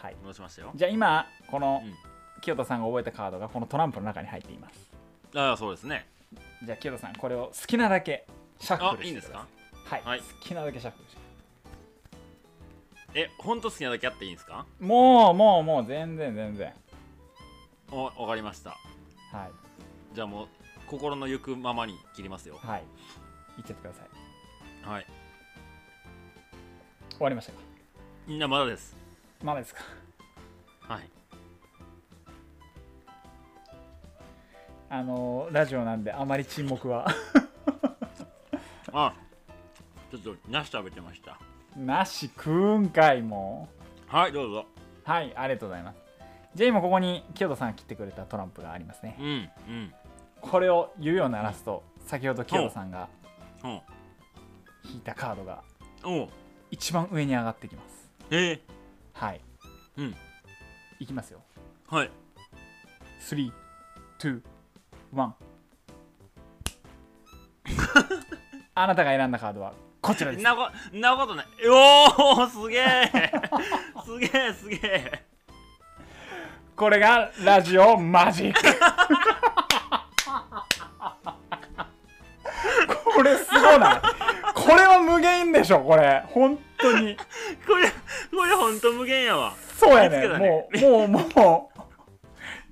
Speaker 1: はい
Speaker 2: 戻しましたよ
Speaker 1: じゃあ今この
Speaker 2: うん
Speaker 1: 清田さんが覚えたカードがこのトランプの中に入っています
Speaker 2: ああそうですね
Speaker 1: じゃあ清田さんこれを好きなだけシャッ
Speaker 2: あ
Speaker 1: フル
Speaker 2: いい
Speaker 1: し
Speaker 2: ん
Speaker 1: て
Speaker 2: で
Speaker 1: く
Speaker 2: す
Speaker 1: ださ
Speaker 2: か
Speaker 1: いはい、
Speaker 2: はい
Speaker 1: 好きなだけシャッフルして
Speaker 2: え本当好きなだけあっていいんですか
Speaker 1: もうもうもう全然全然
Speaker 2: おわかりました
Speaker 1: はい
Speaker 2: じゃあもう心の行くままに切りますよ
Speaker 1: はい言っちゃってください
Speaker 2: はい
Speaker 1: 終わりましたか
Speaker 2: みんなまだです
Speaker 1: まだですか
Speaker 2: はい
Speaker 1: あのーラジオなんであまり沈黙は
Speaker 2: あちょっとなし食べてました
Speaker 1: なし食うんかいもう
Speaker 2: はいどうぞ
Speaker 1: はい、ありがとうございます。じゃあ今ここに清田さんが切ってくれたトランプがありますね
Speaker 2: う。んうん
Speaker 1: これを指を鳴らすと、先ほど清田さんが
Speaker 2: うん
Speaker 1: 引いたカードが
Speaker 2: おう
Speaker 1: 一番上に上がってきます。
Speaker 2: え
Speaker 1: はい。
Speaker 2: うん。
Speaker 1: いきますよ。
Speaker 2: ー、はい
Speaker 1: 3、2、1。あなたが選んだカードはこちらです。
Speaker 2: なこなことないおおすげえ すげえすげえ
Speaker 1: これがラジオマジック。これすごないこれは無限でしょこれ本当に
Speaker 2: これこれほんと無限やわ
Speaker 1: そうや
Speaker 2: 見つけ
Speaker 1: ね
Speaker 2: た
Speaker 1: も
Speaker 2: ね
Speaker 1: うもうも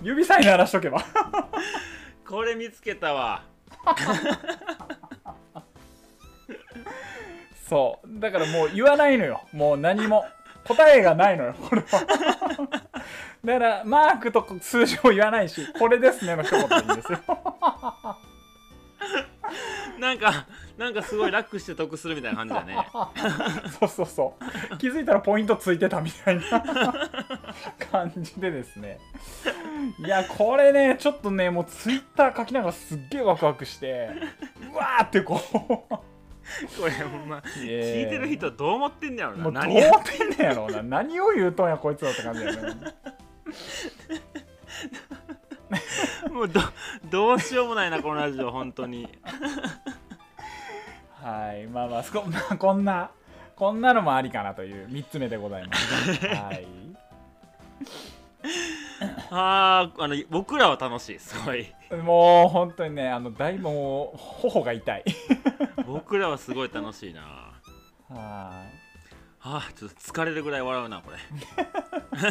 Speaker 1: う指さえ鳴らしとけば
Speaker 2: これ見つけたわ
Speaker 1: そうだからもう言わないのよもう何も答えがないのよこれはだからマークと数字も言わないしこれですねの一言でいいんですよ
Speaker 2: なんかなんかすごい楽して得するみたいな感じだね
Speaker 1: そうそうそう気づいたらポイントついてたみたいな感じでですねいやこれねちょっとねもうツイッター書きながらすっげえワクワクしてうわーってこう
Speaker 2: これほんま
Speaker 1: いや
Speaker 2: 聞いてる人どう思ってんねやろ
Speaker 1: も
Speaker 2: な
Speaker 1: うどう
Speaker 2: 何
Speaker 1: 思
Speaker 2: や
Speaker 1: ってんねやろうな何を言うとんやこいつはって感じだよね
Speaker 2: もうどどうしようもないなこのラジオ本当に
Speaker 1: はいまあまあそこまあこんな こんなのもありかなという3つ目でございますはい
Speaker 2: あーあの僕らは楽しいすごい
Speaker 1: もう本当にねあの大もう頬が痛い
Speaker 2: 僕らはすごい楽しいな
Speaker 1: は
Speaker 2: あーちょっと疲れるぐらい笑うなこれ
Speaker 1: い、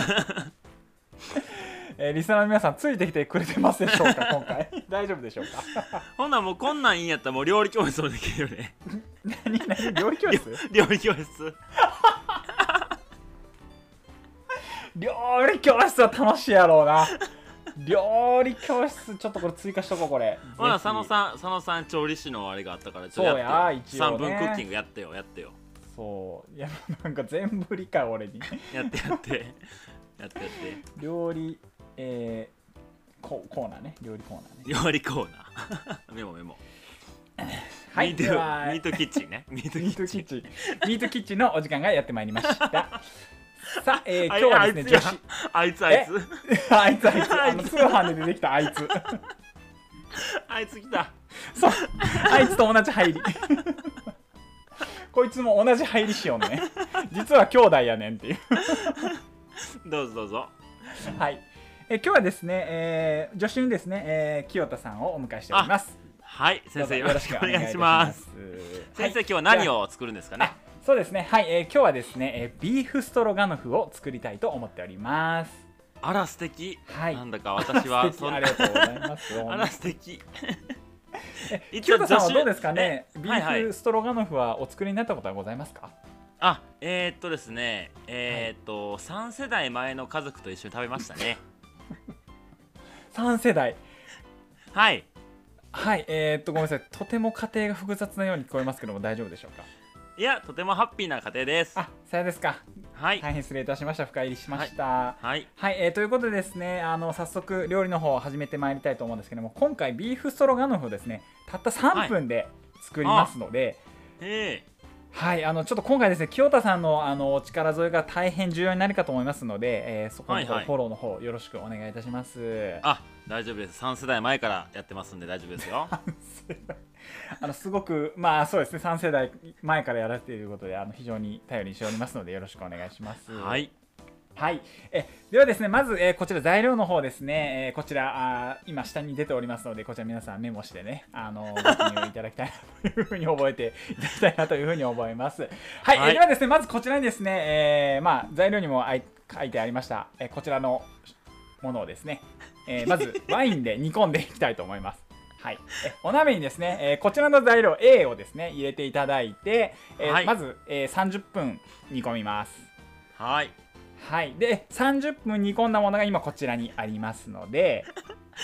Speaker 1: えーリスナーの皆さんついてきてくれてますでしょ うか今回大丈夫でしょうか
Speaker 2: ほんならもうこんなんいいんやったらもう料理教室もできるよね
Speaker 1: 何何料理教室
Speaker 2: 料理教室
Speaker 1: 料理教室は楽しいやろうな料理教室ちょっとこれ追加しとこうこれ
Speaker 2: ほな
Speaker 1: ぜひ
Speaker 2: 佐野さん佐野さん調理師のあれがあったからちょっ
Speaker 1: そう
Speaker 2: とや
Speaker 1: や
Speaker 2: って
Speaker 1: 一
Speaker 2: よ3
Speaker 1: 応ね
Speaker 2: 分クッキングやってよやってよ
Speaker 1: そういやなんか全部理解俺に
Speaker 2: やってやってやってやって
Speaker 1: 料理、えー、ココーナーね料理コーナーね
Speaker 2: 料理コーナー メモメモ
Speaker 1: はい
Speaker 2: ミー
Speaker 1: で
Speaker 2: ト
Speaker 1: は
Speaker 2: ミートキッチンねミートキ
Speaker 1: ミート
Speaker 2: ッ
Speaker 1: キ
Speaker 2: チ
Speaker 1: ッ
Speaker 2: ン
Speaker 1: チンミートキッチンのお時間がやってまいりましたさあ、えー、今
Speaker 2: あ
Speaker 1: 日はで
Speaker 2: い
Speaker 1: すね
Speaker 2: や
Speaker 1: 女子
Speaker 2: あいつあいつ
Speaker 1: あい つあいつあの通販で出てきたあいつ
Speaker 2: あいつ来た
Speaker 1: そうあいつと同じ入り こいつも同じ入りしようね 実は兄弟やねんっていう
Speaker 2: どうぞどうぞ
Speaker 1: はいえー今日はですね、えー、助手にですね、えー、清田さんをお迎えしております
Speaker 2: はい先生
Speaker 1: ど
Speaker 2: よ
Speaker 1: うぞ
Speaker 2: ろしくお願いします
Speaker 1: お願いいたしま
Speaker 2: 先
Speaker 1: す
Speaker 2: 生
Speaker 1: はい
Speaker 2: 今日は何を作るんですかね
Speaker 1: あそうですねはい、えー今日はですね、えービーフストロガノフを作りたいと思っております
Speaker 2: あら素敵
Speaker 1: はい
Speaker 2: なんだか私は
Speaker 1: 素
Speaker 2: そ
Speaker 1: 敵
Speaker 2: ん
Speaker 1: あ
Speaker 2: な
Speaker 1: りがとうございま す
Speaker 2: あら素敵 一
Speaker 1: 清
Speaker 2: 応
Speaker 1: 田さんは
Speaker 2: 助手
Speaker 1: どうですかね
Speaker 2: え
Speaker 1: ビ
Speaker 2: はい
Speaker 1: ー
Speaker 2: は
Speaker 1: フ
Speaker 2: い
Speaker 1: ストロガノフはお作りになったことはございますか
Speaker 2: あえー、っとですねえー、っと、三3世代前の家族と一緒に食べましたね
Speaker 1: 三世代
Speaker 2: はい
Speaker 1: はいえー、っとごめんなさいとても家庭が複雑なように聞こえますけども大丈夫でしょうか
Speaker 2: いやとてもハッピーな家庭です
Speaker 1: あさようですか
Speaker 2: はいはい、
Speaker 1: 大変失礼いたしました深入りしました、はい、えーということでですねあの早速料理の方を始めてまいりたいと思うんですけども今回ビーフストロガノフをですねたった3分で作りますので、
Speaker 2: え
Speaker 1: はいあのちょっと今回ですね清田さんのあのお力添えが大変重要になるかと思いますので、えーそこの方
Speaker 2: はいはい
Speaker 1: フォローの方よろしくお願いいたします、
Speaker 2: ー、あ大丈夫です3世代前からやってますんで大丈夫ですよ
Speaker 1: あのすごくまあそうですね3世代前からやられていることであの非常に頼りにしておりますのでよろしくお願いし ます
Speaker 2: はい
Speaker 1: はい、えではですねまず、えーこちら材料の方ですね、えーこちらあー今下に出ておりますのでこちら皆さんメモしてねあのご記入いただきたいなというふうに覚えていただきたいなというふうに思いますはい、えー
Speaker 2: はい
Speaker 1: ではですねまずこちらにですね、えーまあ、材料にもあい書いてありました、えーこちらのものをですね、えーまずワインで煮込んでいきたいと思いますはい、えお鍋にですね、えーこちらの材料 A をですね入れていただいて、えー
Speaker 2: はい
Speaker 1: まず、えー30分煮込みます
Speaker 2: はい
Speaker 1: はい、で30分煮込んだものが今こちらにあります ので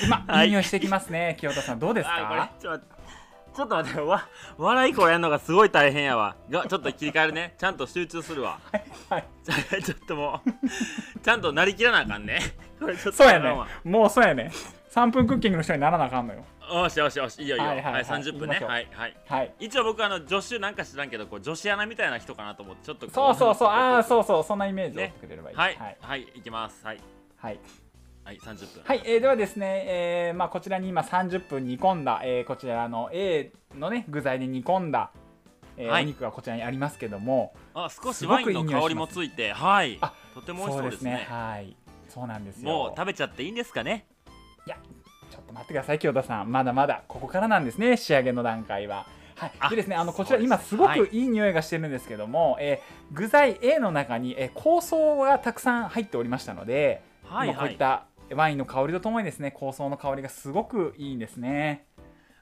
Speaker 1: 今、
Speaker 2: はい
Speaker 1: いい匂いしてきますね清田さんどうです
Speaker 2: あ
Speaker 1: か
Speaker 2: これちょっと待ってちょっと待ってわ笑いこらやんのがすごい大変やわがちょっと切り替えるねちゃんと集中するわ
Speaker 1: はい、
Speaker 2: ちょちょっともうちゃんとなりきらなあかんねこれちょっと
Speaker 1: そう
Speaker 2: あ
Speaker 1: や
Speaker 2: かん
Speaker 1: ね
Speaker 2: わ
Speaker 1: もうそうやね3分クッキングの人にならなあかんのよ
Speaker 2: よしよしよしいいよいいよは
Speaker 1: はい
Speaker 2: い、
Speaker 1: はいはい
Speaker 2: 30分ね
Speaker 1: 行きましょう
Speaker 2: はいはい
Speaker 1: はい
Speaker 2: 一応僕あの助手なんか知らんけどこう女子アナみたいな人かなと思ってちょっとこ
Speaker 1: そ うそうそうああ
Speaker 2: う
Speaker 1: そうそうそんなイメージを作れればいい、
Speaker 2: はい
Speaker 1: はい
Speaker 2: はい行きますはい
Speaker 1: はい
Speaker 2: はい30分
Speaker 1: はいえーではですね、えーまあ、こちらに今30分煮込んだ、えーこちらの A のね具材で煮込んだ、えー
Speaker 2: はい
Speaker 1: お肉がこちらにありますけども
Speaker 2: あ少し
Speaker 1: すご
Speaker 2: ワイ
Speaker 1: く
Speaker 2: ンの
Speaker 1: いい匂い
Speaker 2: 香り
Speaker 1: し
Speaker 2: も
Speaker 1: ます
Speaker 2: ついてはい
Speaker 1: あ
Speaker 2: とても美味しそうですね
Speaker 1: はいそうなんですよ
Speaker 2: もう食べちゃっていいんですかね
Speaker 1: いやちょっと待ってください清田さんまだまだここからなんですね仕上げの段階は。はい
Speaker 2: あ、
Speaker 1: でですねあのこち
Speaker 2: そう
Speaker 1: ら
Speaker 2: ですね
Speaker 1: 今すご
Speaker 2: はい
Speaker 1: くいい匂いがしてるんですけども、えー具材 A の中に、えー香草がたくさん入っておりましたので、
Speaker 2: はい
Speaker 1: 今こ
Speaker 2: は
Speaker 1: ういっ
Speaker 2: い
Speaker 1: たワインの香りとともにですね香草の香りがすごくいいんですね。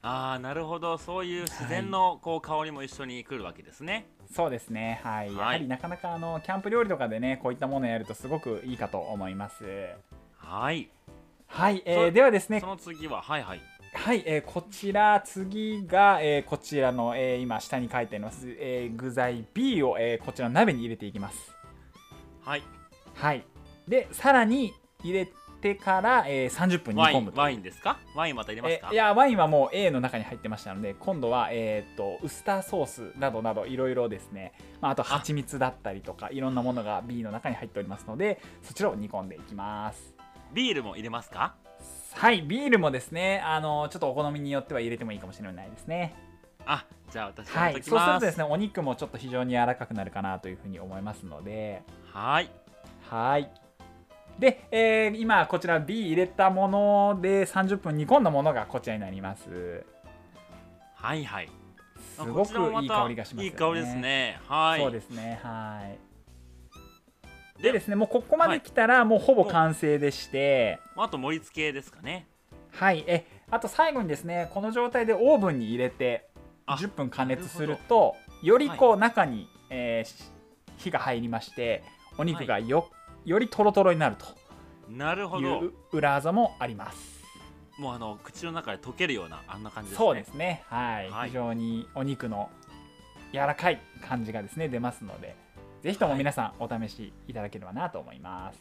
Speaker 2: ああなるほどそういう自然のこう香りも一緒に来るわけですね、
Speaker 1: そうですねはい、
Speaker 2: はい
Speaker 1: やはりなかなかあのキャンプ料理とかでねこういったものをやるとすごくいいかと思います
Speaker 2: はい、
Speaker 1: はい、えー
Speaker 2: そ
Speaker 1: ではですね
Speaker 2: その次ははいはい
Speaker 1: はい、えーこちら次が、えーこちらの、えー今下に書いてあります、えー具材 B を、えーこちらの鍋に入れていきます
Speaker 2: はい
Speaker 1: はいでさらに入れてから、えー30分煮
Speaker 2: ワイ
Speaker 1: 込む
Speaker 2: ン
Speaker 1: と
Speaker 2: ワインですかワインまた入れます
Speaker 1: え
Speaker 2: か
Speaker 1: いやワインはもう A の中に入ってましたので今度は、えーっとウスターソースなどなどいろいろですね、まあ、あと蜂蜜だったりとかいろんなものが B の中に入っておりますのでそちらを煮込んでいきます
Speaker 2: ビールも入れますか
Speaker 1: はいビールもですねあのちょっとお好みによっては入れてもいいかもしれないですね
Speaker 2: あじゃあ私
Speaker 1: は
Speaker 2: 入れ
Speaker 1: い
Speaker 2: とき
Speaker 1: そうする
Speaker 2: ま
Speaker 1: と
Speaker 2: す,、
Speaker 1: ですねお肉もちょっと非常に柔らかくなるかなというふうに思いますので
Speaker 2: はい
Speaker 1: はいで、えー今こちら B 入れたもので30分煮込んだものがこちらになります
Speaker 2: はいはい
Speaker 1: す
Speaker 2: あ
Speaker 1: ご
Speaker 2: こちらも
Speaker 1: くいい
Speaker 2: た
Speaker 1: 香りがします
Speaker 2: い
Speaker 1: よね
Speaker 2: い香りですねはい
Speaker 1: そうですねはい
Speaker 2: で
Speaker 1: でですねもうここまで来たらもうほぼ完成でして
Speaker 2: あと盛り付けですかね
Speaker 1: はい、えあと最後にですねこの状態でオーブンに入れて
Speaker 2: あ
Speaker 1: 10分加熱するとよりこう中に、えーし火が入りましてお肉がよ,、よりとろとろになると
Speaker 2: なるほ
Speaker 1: い
Speaker 2: ど
Speaker 1: う裏技もあります
Speaker 2: もうあの口の中で溶けるようなあんな感じですね
Speaker 1: そうですねはい、
Speaker 2: はい
Speaker 1: 非常にお肉の柔らかい感じがですね出ますのでぜひとも皆さんお試しいただければなと思います、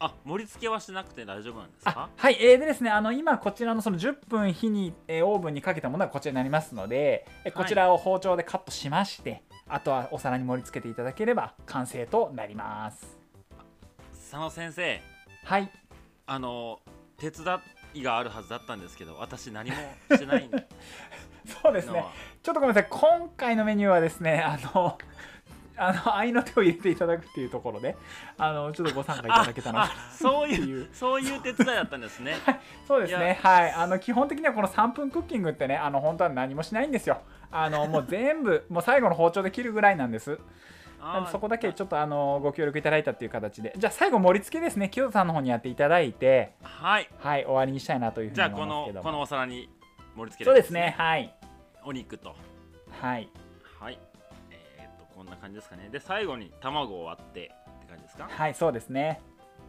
Speaker 2: あ盛り付けはしなくて大丈夫なんです
Speaker 1: あ
Speaker 2: か
Speaker 1: はい、えーでですね、あの今こちらのその10分火に、えーオーブンにかけたものはこちらになりますので、え
Speaker 2: は
Speaker 1: ー
Speaker 2: い
Speaker 1: こちらを包丁でカットしまして、あとはお皿に盛り付けていただければ完成となります。
Speaker 2: 佐野先生
Speaker 1: はい、
Speaker 2: あの手伝いがあるはずだったんですけど私何もしてないん
Speaker 1: そう です
Speaker 2: の
Speaker 1: ね
Speaker 2: は。
Speaker 1: ちょっとごめんなさい、今回のメニューはですね、あの。 あの愛の手を入れていただくっていうところであのちょっとご参加いただけたのかな
Speaker 2: あそう
Speaker 1: って
Speaker 2: い
Speaker 1: いう
Speaker 2: うそういう手伝いだったんです ね
Speaker 1: そうです
Speaker 2: い
Speaker 1: ね、はい、あの基本的にはこの3分クッキングってね、あの本当は何もしないんですよ。あのもう全部、もう最後の包丁で切るぐらいなんです。な
Speaker 2: あ
Speaker 1: ん
Speaker 2: ー
Speaker 1: でそこだけちょっとあのご協力いただいたっていう形でじゃあ最後盛り付けですね清田さんの方にやっていただいて
Speaker 2: はい
Speaker 1: はい終わりにしたいなというふう
Speaker 2: じ
Speaker 1: に
Speaker 2: ゃあ
Speaker 1: 思
Speaker 2: こ
Speaker 1: います
Speaker 2: の
Speaker 1: けども
Speaker 2: このお皿に盛り付け
Speaker 1: そ
Speaker 2: る
Speaker 1: うですねはい
Speaker 2: お肉と
Speaker 1: はい
Speaker 2: はいえー、っとこんな感じですかねで最後に卵を割ってって感じですか
Speaker 1: はいそうですね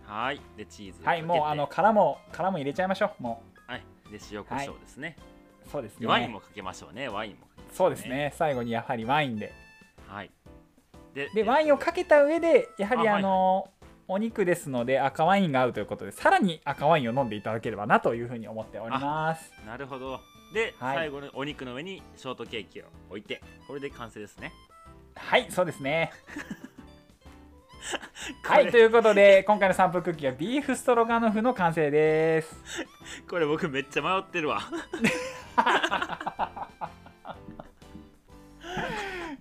Speaker 2: はいでチーズ
Speaker 1: はいもうあの殻も殻も入れちゃいましょうも
Speaker 2: はいで塩コショウですね、
Speaker 1: うそうですね
Speaker 2: ワインもかけましょうねワインもかけましょ
Speaker 1: そうですね最後にやはりワインで
Speaker 2: うはいで
Speaker 1: でワインをかけた上でやはり
Speaker 2: あ
Speaker 1: あのお肉ですので赤ワインが合うということでさらに赤ワインを飲んでいただければなというふうに思っております
Speaker 2: なるほどで、
Speaker 1: はい
Speaker 2: 最後にお肉の上にショートケーキを置いてこれで完成ですね
Speaker 1: はいそうですね
Speaker 2: こ
Speaker 1: はい、
Speaker 2: れ
Speaker 1: ということで、今回の3分クッキーはビーフストロガノフの完成です。
Speaker 2: これ僕めっちゃ迷ってるわ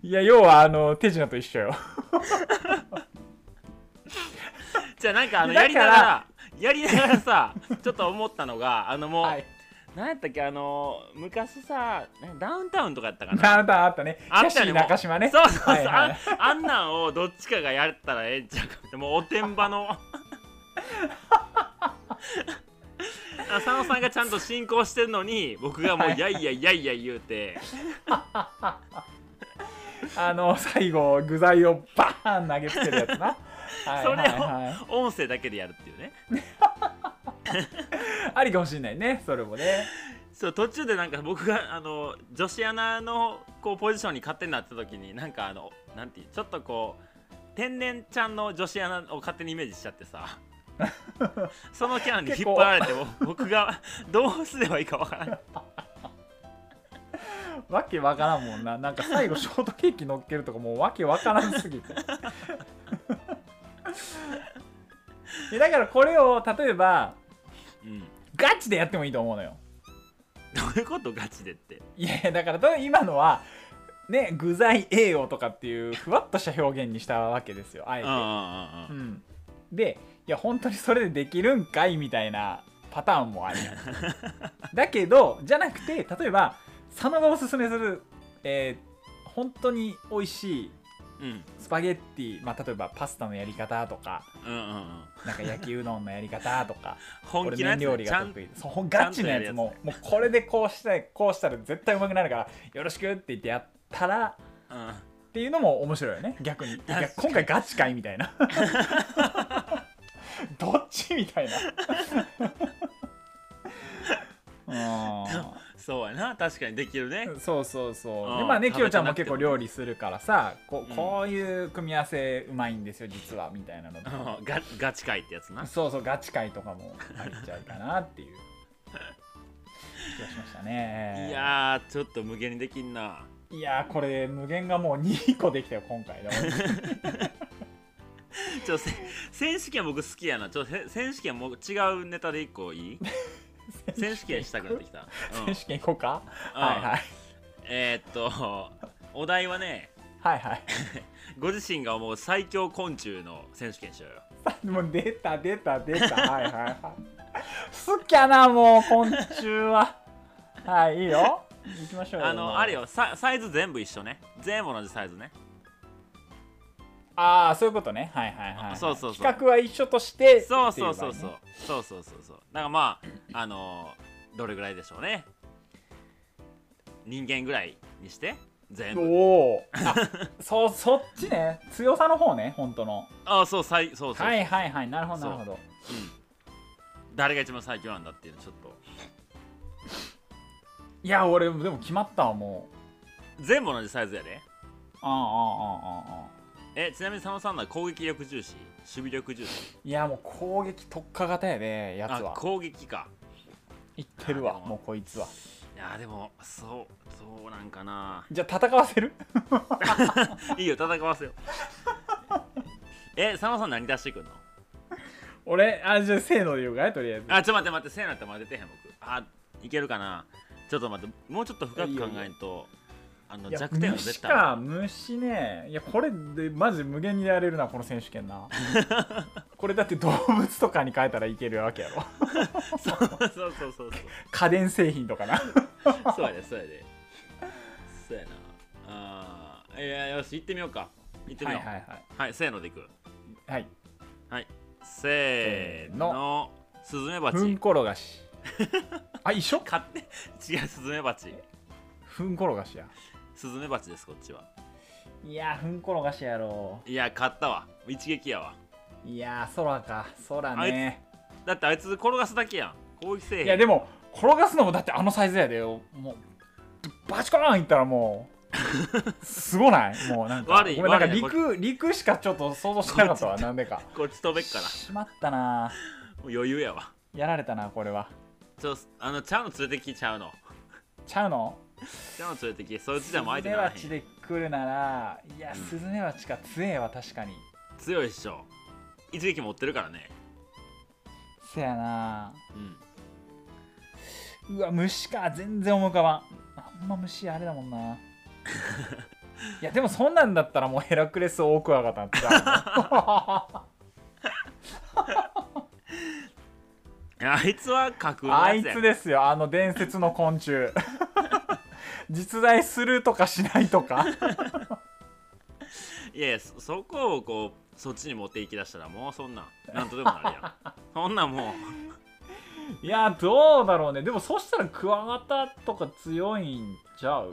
Speaker 1: いや、要は、あの、手品と一緒よ。
Speaker 2: じゃあなんかあの
Speaker 1: だ
Speaker 2: や
Speaker 1: か
Speaker 2: りな
Speaker 1: ら
Speaker 2: がらやりながらさちょっと思ったのがあのもう、
Speaker 1: はい。
Speaker 2: なんやったっけあの昔さなんダウンタウンとかやったかな
Speaker 1: あなたあったね。
Speaker 2: あ
Speaker 1: キャ
Speaker 2: っ
Speaker 1: シ
Speaker 2: たね
Speaker 1: ー中島ね。
Speaker 2: そうそうそう、
Speaker 1: はいはい
Speaker 2: ああんなんをどっちかがやったらええんちゃうかってもうおてんばの あ佐野さんがちゃんと進行してるのに僕がもう
Speaker 1: はい
Speaker 2: やいやいやいや言うて
Speaker 1: あの、最後、具材をバーン投げつけるや つな。はい
Speaker 2: それを
Speaker 1: はいはい
Speaker 2: 音声だけでやるっていうね
Speaker 1: ありかもしれないね、それもね。
Speaker 2: そう途中でなんか僕があの女子アナのこうポジションに勝手になった時になんかあのなんていうちょっとこう天然ちゃんの女子アナを勝手にイメージしちゃって さそのキャラに引っ張られても僕がどうすればいいかわからない
Speaker 1: わけわからんもんな。なんか最後、ショートケーキ乗っけるとか、もうわけわからんすぎて。 いやだからこれを例えば
Speaker 2: うん
Speaker 1: ガチでやってもいいと思うのよ
Speaker 2: どういうことガチでって
Speaker 1: いやいやだから多分今のはね具材栄養とかっていうふわっとした表現にしたわけですよあえ
Speaker 2: うん
Speaker 1: て、
Speaker 2: うん
Speaker 1: う
Speaker 2: うん
Speaker 1: ん、でいや本当にそれでできるんかいみたいなパターンもあるやん だけどじゃなくて例えば佐野がおすすめする、えー本当に美味しい
Speaker 2: うん
Speaker 1: スパゲッティ、まあ、例えばパスタのやり方とか
Speaker 2: うんうんうん
Speaker 1: なんか焼きうどんのやり方とか
Speaker 2: 本
Speaker 1: 俺
Speaker 2: 気なや
Speaker 1: 麺
Speaker 2: つ、
Speaker 1: 料
Speaker 2: ね、
Speaker 1: 理
Speaker 2: ちゃ
Speaker 1: が
Speaker 2: ん
Speaker 1: 得意そうほんガチなやつ
Speaker 2: ちゃんとや
Speaker 1: もうもうこれでこうしたいこうしたら絶対うまくなるからよろしくって言ってやったら
Speaker 2: うん
Speaker 1: っていうのも面白い よね逆にい
Speaker 2: かに
Speaker 1: や今回ガチかいみた いなどっちみ たいな
Speaker 2: そうやな確かにできるね
Speaker 1: うんそうそうそう
Speaker 2: うん
Speaker 1: でまあねきよちゃんも
Speaker 2: 食べてなく
Speaker 1: 結構
Speaker 2: ても
Speaker 1: 料理するからさこ
Speaker 2: う
Speaker 1: うんこういう組み合わせうまいんですよ実はみたいなのと
Speaker 2: う
Speaker 1: か
Speaker 2: んガガチ会ってやつな
Speaker 1: そうそうガチ会とか も入っちゃうかなっていう気がしましたね
Speaker 2: いやーちょっと無限にできんない
Speaker 1: やーこれ無限がもう2個できたよ今回で
Speaker 2: ちょせ選手権僕好きやなちょせ選手権もう違うネタで一個 いい選手権したくなってきた、うん
Speaker 1: 選手権行こうか、
Speaker 2: うん
Speaker 1: はいはい
Speaker 2: えーっとお題はね
Speaker 1: はいはい
Speaker 2: ご自身が思う最強昆虫の選手権しようよ
Speaker 1: もう出た出た出たはいはいはい好きやなもう昆虫ははいいいよ行きましょう
Speaker 2: あのあれよササイズ全部一緒ね全部同じサイズね
Speaker 1: ああそういうことねはいはいはい
Speaker 2: そうそうそう
Speaker 1: 企画は一緒として
Speaker 2: そうそうそう
Speaker 1: ってい
Speaker 2: そう
Speaker 1: 場合ね
Speaker 2: そうそうそうそうだからまああのどれぐらいでしょうね人間ぐらいにして全部
Speaker 1: おおそそっちね強さの方ね本当の
Speaker 2: あそう最そうそうそう、
Speaker 1: はいはいはいなるほどなるほど
Speaker 2: うん誰が一番最強なんだっていうのちょっと
Speaker 1: いや俺でも決まったわもう
Speaker 2: 全部同じサイズやで
Speaker 1: ああああああああ
Speaker 2: えちなみに佐野さんのは攻撃力重視守備力重視
Speaker 1: いやもう攻撃特化型やでやつ
Speaker 2: あ
Speaker 1: は
Speaker 2: 攻撃か
Speaker 1: いってるわ
Speaker 2: あでも
Speaker 1: もうこいつはい
Speaker 2: やでもそうそうなんかな
Speaker 1: じゃあ戦わせる
Speaker 2: いいよ戦わせよ え佐野さん何出してくんの
Speaker 1: 俺あじゃあせーので言うかいとりあえず
Speaker 2: あちょっと待って待ってせーなってまで出てへん僕あいけるかなちょっと待ってもうちょっと深く考えんとあの
Speaker 1: いや
Speaker 2: 弱点は
Speaker 1: 虫
Speaker 2: 絶対
Speaker 1: か虫ねいやこれでマジ無限にやれるなこの選手権 なこれだって動物とかに変えたらいけるわけや ろ
Speaker 2: そうそうそうそうそう
Speaker 1: 家電製品とかな
Speaker 2: そうやでそうやでそうやなあーいやよし行ってみようか行ってみ
Speaker 1: はい
Speaker 2: よ
Speaker 1: はいう
Speaker 2: はい、
Speaker 1: はい
Speaker 2: せーのでいく
Speaker 1: はい
Speaker 2: せー
Speaker 1: せー
Speaker 2: のスズメバ
Speaker 1: ふん
Speaker 2: チ
Speaker 1: 転が しあ一緒
Speaker 2: 勝 手違うスズメバチ
Speaker 1: ふん転がしや
Speaker 2: スズメバチですこっちはい
Speaker 1: やふん転がしやろ
Speaker 2: いや勝ったわ一撃やわ
Speaker 1: いや空か空ね
Speaker 2: だってあいつ転がすだけやん攻撃せえへん
Speaker 1: いやでも転がすのもだってあのサイズやでよもうバチコーンいったらもうすごないもうなんか
Speaker 2: 悪い
Speaker 1: ごめんなんか
Speaker 2: 悪いね
Speaker 1: 陸陸しかちょっと想像してなかったわなんでか
Speaker 2: こっち飛べっから
Speaker 1: しまったな
Speaker 2: もう余裕やわ
Speaker 1: やられたなこれは
Speaker 2: ちょあのちゃうの連れてきちゃうの
Speaker 1: ちゃうの
Speaker 2: ちゃうの連れてきそいつ
Speaker 1: ス
Speaker 2: じ
Speaker 1: ズ
Speaker 2: ゃもう相手
Speaker 1: メ
Speaker 2: なら
Speaker 1: バ
Speaker 2: へ
Speaker 1: チ
Speaker 2: ん
Speaker 1: で来るならいや
Speaker 2: うん
Speaker 1: スズメバチか強えわ確かに
Speaker 2: 強いっしょ一撃持ってるからね
Speaker 1: せやな
Speaker 2: うん
Speaker 1: うわ虫か全然思い浮かばんあんま虫あれだもん ないやでもそんなんだったらもうヘラクレスオオクワガタって あるね
Speaker 2: あいつは架空
Speaker 1: あ
Speaker 2: のや
Speaker 1: い
Speaker 2: つや
Speaker 1: つですよあの伝説の昆虫 実在するとかしないとか
Speaker 2: いやいやそそこをこうそっちに持っていきだしたらもうそんなんなんとでもなるやんそ んなんも
Speaker 1: いやどうだろうねでもそしたらクワガタとか強いんちゃう
Speaker 2: う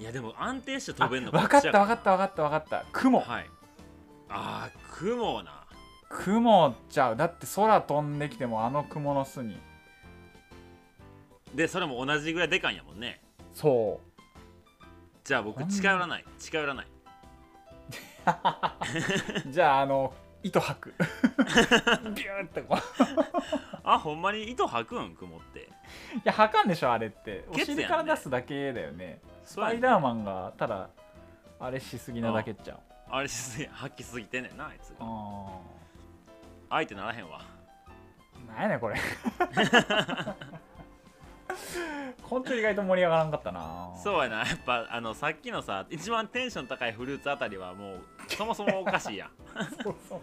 Speaker 2: いやでも安定して飛べんの
Speaker 1: あ分かっ
Speaker 2: こち
Speaker 1: た
Speaker 2: や
Speaker 1: 分かった分かった分かった雲
Speaker 2: はいああ雲な
Speaker 1: 雲ちゃうだって空飛んできてもあの雲の巣に
Speaker 2: でそれも同じぐらいでかいんやもんね
Speaker 1: そう
Speaker 2: じゃあ僕近寄らない近寄らない
Speaker 1: じゃああの糸吐 くビューってこう
Speaker 2: あほんまに糸吐くん雲って
Speaker 1: いや吐かんでしょあれってお
Speaker 2: ケツやんね
Speaker 1: 尻から出すだけだよねス
Speaker 2: そう
Speaker 1: パ
Speaker 2: やね
Speaker 1: イダーマンがただあれしすぎなだけっちゃう
Speaker 2: あれしすぎ吐きすぎてんねんなあいつが
Speaker 1: あ
Speaker 2: 相手ならへんわ
Speaker 1: ーなんやねんこれ 昆虫意外と盛り上がらんかったな
Speaker 2: そうやなやっぱあのさっきのさ一番テンション高いフルーツあたりはもうそもそもおかしいやん
Speaker 1: そうそう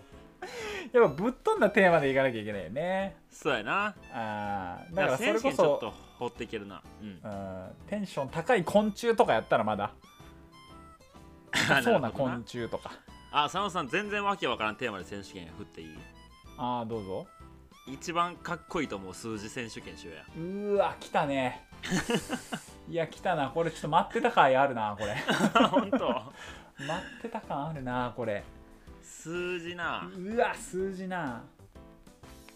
Speaker 1: やっぱぶっ飛んだテーマでいかなきゃいけないよね
Speaker 2: そうやな
Speaker 1: あー
Speaker 2: だ
Speaker 1: だ
Speaker 2: か
Speaker 1: かららそ
Speaker 2: 選
Speaker 1: れ
Speaker 2: 手権
Speaker 1: こ
Speaker 2: ちょっ
Speaker 1: そ
Speaker 2: と掘っていけるなうん
Speaker 1: うんテンション高い昆虫とかやったらまださそうな
Speaker 2: なるほどな
Speaker 1: 昆虫とか
Speaker 2: あ佐野さん全然わけわからんテーマで選手権振っていい
Speaker 1: ああどうぞ
Speaker 2: 一番かっこいいと思う数字選手権しようや
Speaker 1: うーわ来 たねいや来たなこれちょっと待ってた回あるなこれ
Speaker 2: 本当
Speaker 1: 待ってた感あるなこれ
Speaker 2: 数字な
Speaker 1: うわ数字な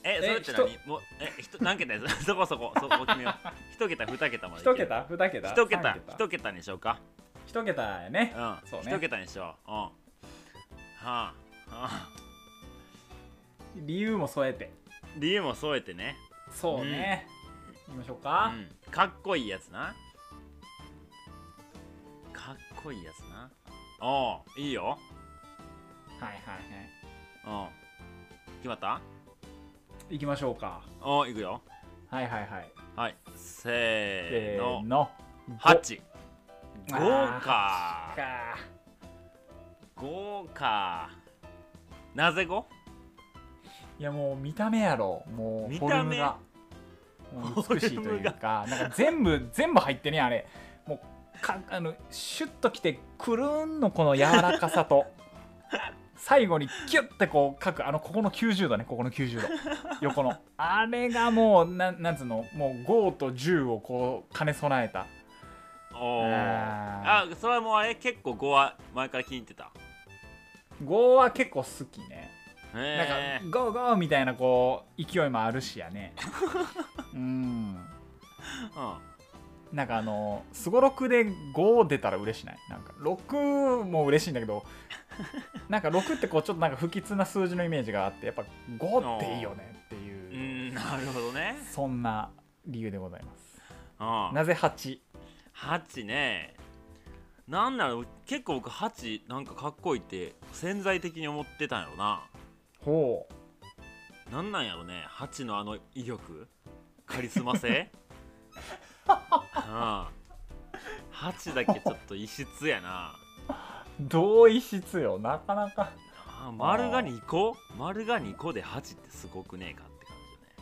Speaker 2: えそ
Speaker 1: え
Speaker 2: れって何もうえひと何桁や そこそこそこ決めよ う一桁二桁までいけ
Speaker 1: 一
Speaker 2: る
Speaker 1: 桁二桁
Speaker 2: 一桁
Speaker 1: 三
Speaker 2: 一桁にしようか
Speaker 1: 一桁やね
Speaker 2: うん
Speaker 1: そうね
Speaker 2: 一桁にしよううんはあはあ
Speaker 1: 理由も添えて
Speaker 2: 理由も添えてね
Speaker 1: そうね、行きましょう
Speaker 2: う
Speaker 1: か、
Speaker 2: んかっこいいやつなかっこいいやつなおういいよ
Speaker 1: はいはいは
Speaker 2: うん決まった
Speaker 1: い行きましょうか
Speaker 2: おういくよ
Speaker 1: はいはいはい
Speaker 2: はいせー
Speaker 1: せー
Speaker 2: の
Speaker 1: の
Speaker 2: 八
Speaker 1: あ
Speaker 2: 豪
Speaker 1: ー
Speaker 2: 華
Speaker 1: か
Speaker 2: 豪華なぜ語
Speaker 1: いやもう見た目やろもう
Speaker 2: 見
Speaker 1: フォル
Speaker 2: た
Speaker 1: ム
Speaker 2: 目
Speaker 1: がもう美しいと
Speaker 2: フォル
Speaker 1: い
Speaker 2: ム
Speaker 1: う
Speaker 2: が
Speaker 1: かなんか全部全部入ってねあれもうかあのシュッときてくるんのこの柔らか さと最後にキュッてこう書くあのここの90度ねここの90度横のあれがもうなんなんつうのもう5と10をこう兼ね備えた
Speaker 2: おー
Speaker 1: あ
Speaker 2: あそれはもうあれ結構語は前から気に入ってた
Speaker 1: 5は結構好きねなんか
Speaker 2: へえ
Speaker 1: ゴーゴーみたいなこう勢いもあるし やねうんなんかあのすごろくで5出たら嬉しないなんか6も嬉しいんだけ どなんか6ってこうちょっとなんか不吉な数字のイメージがあってやっぱ5っていいよねって
Speaker 2: うんう
Speaker 1: いう、
Speaker 2: んなるほどね
Speaker 1: そんな理由でございます
Speaker 2: うん
Speaker 1: なぜ8
Speaker 2: 8ねなんなら結構僕8なんかかっこいいって潜在的に思ってたんやろな
Speaker 1: ほう
Speaker 2: なんなんやろね8のあの威力カリスマ 性うん8だけちょっと異質やな
Speaker 1: 同意質よなかなか
Speaker 2: あー丸が2個丸が2個で8ってすごくねえかって感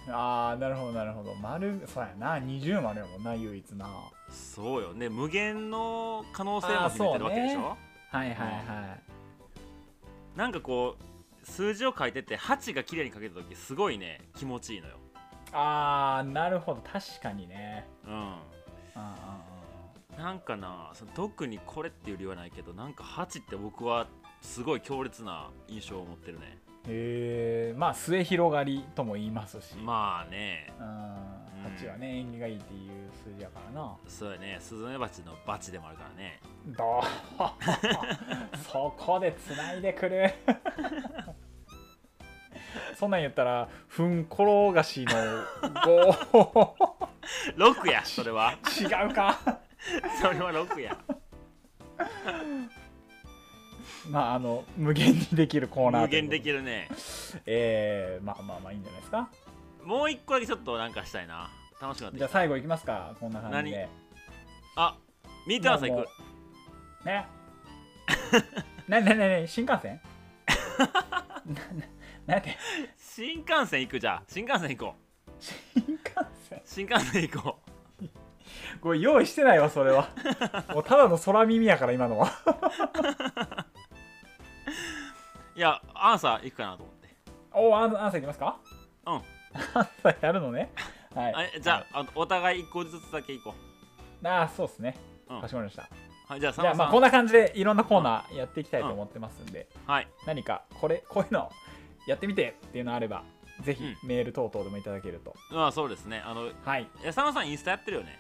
Speaker 2: じよね
Speaker 1: ああなるほどなるほど丸そうやな20丸やもんな唯一な
Speaker 2: そうよね無限の可能性も秘めてるわけでし
Speaker 1: あーそ
Speaker 2: ょ、
Speaker 1: はいはいはい、
Speaker 2: なんかこう数字を書いてて8が綺麗に書けた時すごいね気持ちいいのよ
Speaker 1: あーなるほど確かにね
Speaker 2: う
Speaker 1: うんうんうん
Speaker 2: んなんかなその特にこれっていう理由はないけどなんか8って僕はすごい強烈な印象を持ってるね
Speaker 1: へえまあ末広がりとも言いますし、
Speaker 2: まあね
Speaker 1: うん、8はね縁起がいいっていう数字やからな
Speaker 2: そうやねスズメバチのバチでもあるからね
Speaker 1: どう そこでつないでくる そんなん言ったらふんころがしの5
Speaker 2: 6やそれは
Speaker 1: 違うか
Speaker 2: それは6や
Speaker 1: まああの無限にできるコーナー
Speaker 2: 無限でき
Speaker 1: る
Speaker 2: るね
Speaker 1: えー、まあまあまあいいんじゃないですか
Speaker 2: もう一個だけちょっとなんかしたいな楽しくなってき
Speaker 1: じゃあ
Speaker 2: た
Speaker 1: 最後いきますかこんな感じで
Speaker 2: あミートアンさん行く
Speaker 1: くね なななな新幹線 なななんて
Speaker 2: 新幹線行くじゃあ新幹線行こう
Speaker 1: 新幹線
Speaker 2: 新幹線行こう
Speaker 1: これ用意してないわそれ はもうただの空耳やから今のはい
Speaker 2: やアンサー行くかなと思って
Speaker 1: おアンアンサーいきますか
Speaker 2: うん
Speaker 1: アンサーやるのねはい
Speaker 2: あじゃああのお互い一個ずつだけ行こ
Speaker 1: ああそうですね
Speaker 2: うん
Speaker 1: かしこまりました、
Speaker 2: うはいじゃあ佐
Speaker 1: じゃあ
Speaker 2: 野
Speaker 1: ま
Speaker 2: さ
Speaker 1: あ
Speaker 2: ん
Speaker 1: こんな感じでいろんなコーナーやっていきたいと思ってますんで、
Speaker 2: はい
Speaker 1: 何かこれこういうのやってみてっていうのあればぜひ
Speaker 2: うん
Speaker 1: メール等々でもいただけると、
Speaker 2: まあそうですねあの
Speaker 1: はい
Speaker 2: え佐野さんインスタやってるよね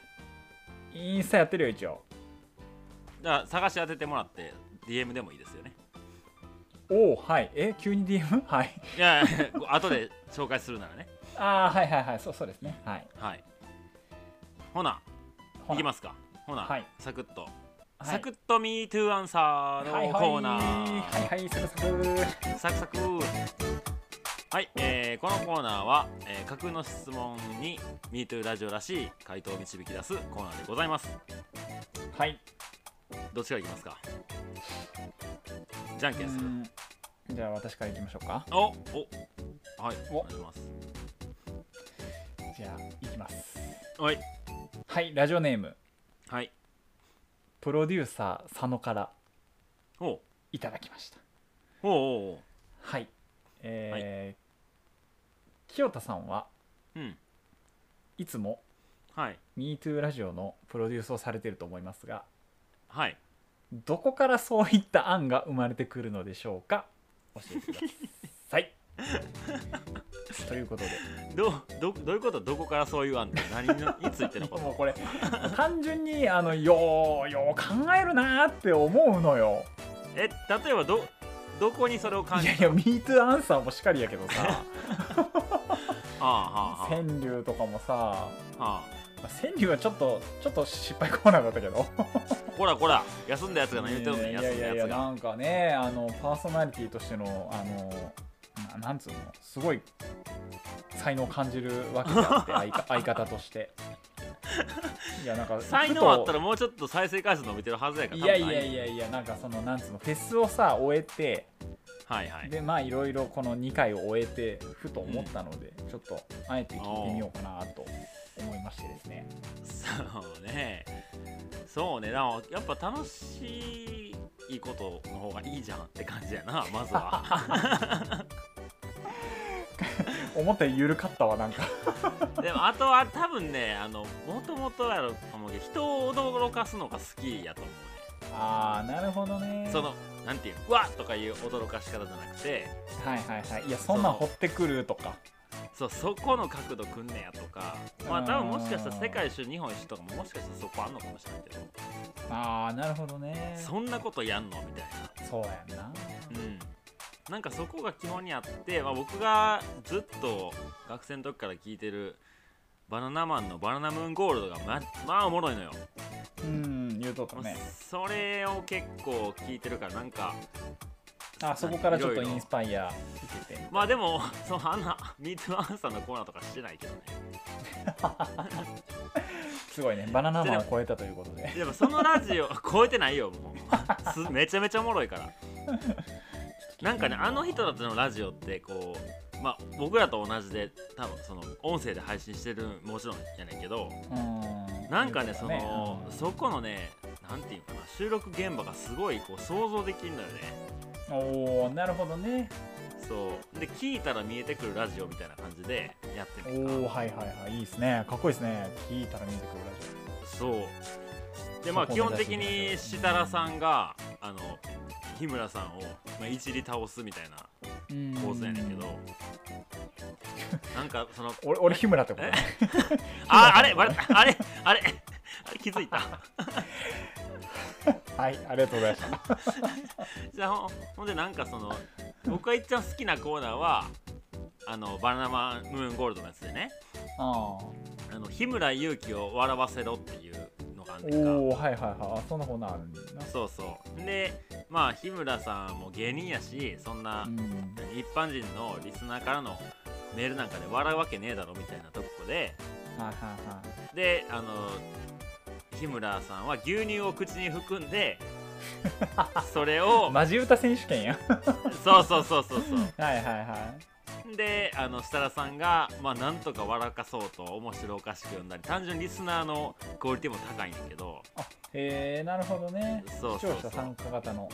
Speaker 1: インスタやってるよ一応
Speaker 2: じゃあ探し当ててもらって DM でもいいですよね
Speaker 1: おおはいえ急に DM? はい
Speaker 2: いや いやいや後で紹介するならね
Speaker 1: ああはいはいはいそうそうですねはい
Speaker 2: はいほな
Speaker 1: ほ
Speaker 2: いきますすかほな、
Speaker 1: はい
Speaker 2: サクッと、
Speaker 1: はい
Speaker 2: サクッと Me to Answer のコーナー、
Speaker 1: はいはいはいはいサクサク
Speaker 2: サクサクはい、えーこのコーナーは、えー架空の質問に MeToo ラジオらしい回答を導き出すコーナーでございます
Speaker 1: はい
Speaker 2: どっちからいきますかじゃんけんする
Speaker 1: うんじゃあ私からいきましょうか
Speaker 2: おおはい
Speaker 1: お
Speaker 2: お願いします
Speaker 1: じゃあいきます
Speaker 2: はい
Speaker 1: はいラジオネーム
Speaker 2: はい
Speaker 1: プロデューサー佐野から
Speaker 2: おう
Speaker 1: いただきました
Speaker 2: おうおうおう
Speaker 1: はいえー清田さんは
Speaker 2: うん
Speaker 1: いつも
Speaker 2: はい
Speaker 1: MeToo ラジオのプロデュースをされていると思いますが
Speaker 2: はい
Speaker 1: どこからそういった案が生まれてくるのでしょうか教えてくだ さいということで
Speaker 2: どどどういうことどこからそういう案って何 のについてのこと
Speaker 1: もうこれ単純にあのようよう考えるなーって思うのよ
Speaker 2: え例えばどどこにそれを感
Speaker 1: い
Speaker 2: じ
Speaker 1: やいや MeToo アンサーもしかりやけど さ
Speaker 2: ああは
Speaker 1: 川柳とかもさ
Speaker 2: あはあは
Speaker 1: まあ川柳はちょっとちょっと失敗コーナーだったけど
Speaker 2: あこらこら休んだやつが何言ってるの
Speaker 1: い
Speaker 2: に
Speaker 1: や
Speaker 2: 休
Speaker 1: いや
Speaker 2: んだ
Speaker 1: いやい
Speaker 2: や
Speaker 1: や
Speaker 2: つが
Speaker 1: なんかねあのパーソナリティとしてのあのななんつうのすごい才能を感じるわけであっ て相か相方としていやなんか
Speaker 2: 才能あったらもうちょっと再生回数伸びてるはずやから
Speaker 1: いやいや
Speaker 2: や
Speaker 1: いやいやなんかそのなんつうのフェスをさ終えて
Speaker 2: はいはい
Speaker 1: でまあいろいろこの2回を終えてふと思ったので、ちょっとあえて聞いてみようかなと思いましてですね
Speaker 2: そうねそうねでもやっぱ楽しいことの方がいいじゃんって感じやなまず は
Speaker 1: 思ったより緩かったわなんか
Speaker 2: でもあとは多分ねあのもともとやろうと思うけど人を驚かすのが好きやと思うね
Speaker 1: ああなるほどね
Speaker 2: そのなんていうのうわっとかいう驚かし方じゃなくて
Speaker 1: はいはいはいいやそんなん
Speaker 2: その
Speaker 1: 掘ってくるとか
Speaker 2: そうそこの角度くんねやとかまあ
Speaker 1: あー
Speaker 2: 多分もしかしたら世界一周日本一周とかももしかしたらそこあんのかもしれないけど
Speaker 1: ああなるほどねそ
Speaker 2: そんなことやんのみたいな
Speaker 1: うやんな
Speaker 2: うんなんかそこが基本にあって、まあ、僕がずっと学生の時から聞いてるバナナマンの「バナナムーンゴールドがま」まあおもろいのよ、
Speaker 1: うん言うとったね
Speaker 2: まあそれを結構聞いてるからなんか
Speaker 1: あそこからちょっと
Speaker 2: いろい
Speaker 1: イ
Speaker 2: ろ
Speaker 1: ンスパイア受けて
Speaker 2: まあでもそのあんな「ミートアンサー」のコーナーとかしてないけどね
Speaker 1: すごいねバナナマンを超えたということで
Speaker 2: でもそのラジオ超えてないよもうすめちゃめちゃおもろいからなんかねあの人たちのラジオってこうまあ僕らと同じで多分その音声で配信してるもちろんやねんけど
Speaker 1: うん
Speaker 2: なんかね
Speaker 1: 言う
Speaker 2: そ
Speaker 1: と
Speaker 2: の
Speaker 1: った
Speaker 2: そこのねなんていうかな収録現場がすごいこう想像できるのよね
Speaker 1: うんおおなるほどね
Speaker 2: そうで聞いたら見えてくるラジオみたいな感じでやって
Speaker 1: お
Speaker 2: るから
Speaker 1: おはいはいはいいいですねかっこいいですね聞いたら見てくるラジオ
Speaker 2: そうでまあ
Speaker 1: そ
Speaker 2: 基
Speaker 1: こを
Speaker 2: 本
Speaker 1: 目指し
Speaker 2: 的
Speaker 1: てね
Speaker 2: に設楽さんがあの日村さんを、まあ、いじり倒すみたいな構図やねんけどなんかそ の
Speaker 1: 俺俺日村ってことね
Speaker 2: ああれバレたあれあれあれ気づいた
Speaker 1: はいありがとうございました
Speaker 2: じゃあほんほんでなんかその僕がいっちゃん好きなコーナーはあのバナナマンムーンゴールドのやつでね
Speaker 1: あ
Speaker 2: あの日村勇紀を笑わせろっていうのがあるん
Speaker 1: ー
Speaker 2: ですか
Speaker 1: おおはいはいはいあそんなことあるんだな
Speaker 2: そうそうでまあ日村さんも芸人やしそんな、
Speaker 1: うん
Speaker 2: 一般人のリスナーからのメールなんかで笑うわけねえだろみたいなとこで
Speaker 1: はいはいはい
Speaker 2: であの日村さんは牛乳を口に含ん でそれを
Speaker 1: マジ歌選手権や
Speaker 2: そうそうそうそう
Speaker 1: はいはいは
Speaker 2: そうであの設楽さんが、まあ、なんとか笑かそうと面白おかしく読んだり単純にリスナーのクオリティも高いんだけど
Speaker 1: いへえー、なるほどね
Speaker 2: そうそうそ
Speaker 1: 視聴者
Speaker 2: う
Speaker 1: 参加型の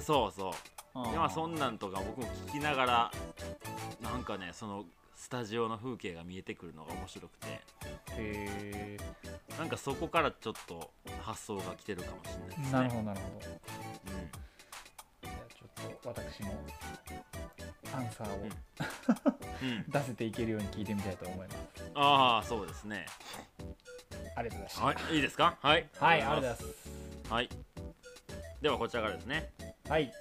Speaker 2: そうそう
Speaker 1: あ
Speaker 2: でまあそんなんとか僕も聞きながらなんかねそのスタジオの風景が見えてくるのが面白くて
Speaker 1: へ
Speaker 2: なんかそこからちょっと発想が来てるかもしれないですね
Speaker 1: ーなるほどなるほどじ
Speaker 2: うん
Speaker 1: ゃあちょっと私もアンサーを
Speaker 2: うん うん、
Speaker 1: 出せていけるように聞いてみたいと思います、
Speaker 2: ああそうですね
Speaker 1: ありがとうございましたは、
Speaker 2: はいいいいですかはい
Speaker 1: ありがとうございます
Speaker 2: すはいではこちらからですね
Speaker 1: はい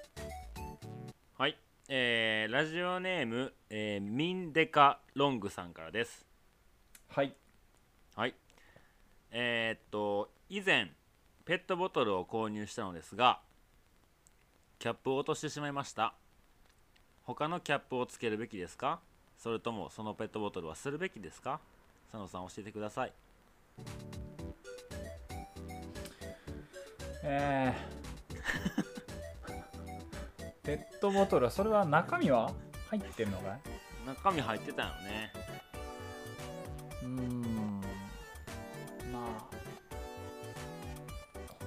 Speaker 2: はいえー、ラジオネーム、えーミンデカロングさんからです
Speaker 1: はい
Speaker 2: はいえーっと以前ペットボトルを購入したのですがキャップを落としてしまいました他のキャップをつけるべきですかそれともそのペットボトルはするべきですか佐野さん教えてください
Speaker 1: えー、ペットボトルはそれは中身は入ってんのかい
Speaker 2: 中身入ってたよね
Speaker 1: うーんまあ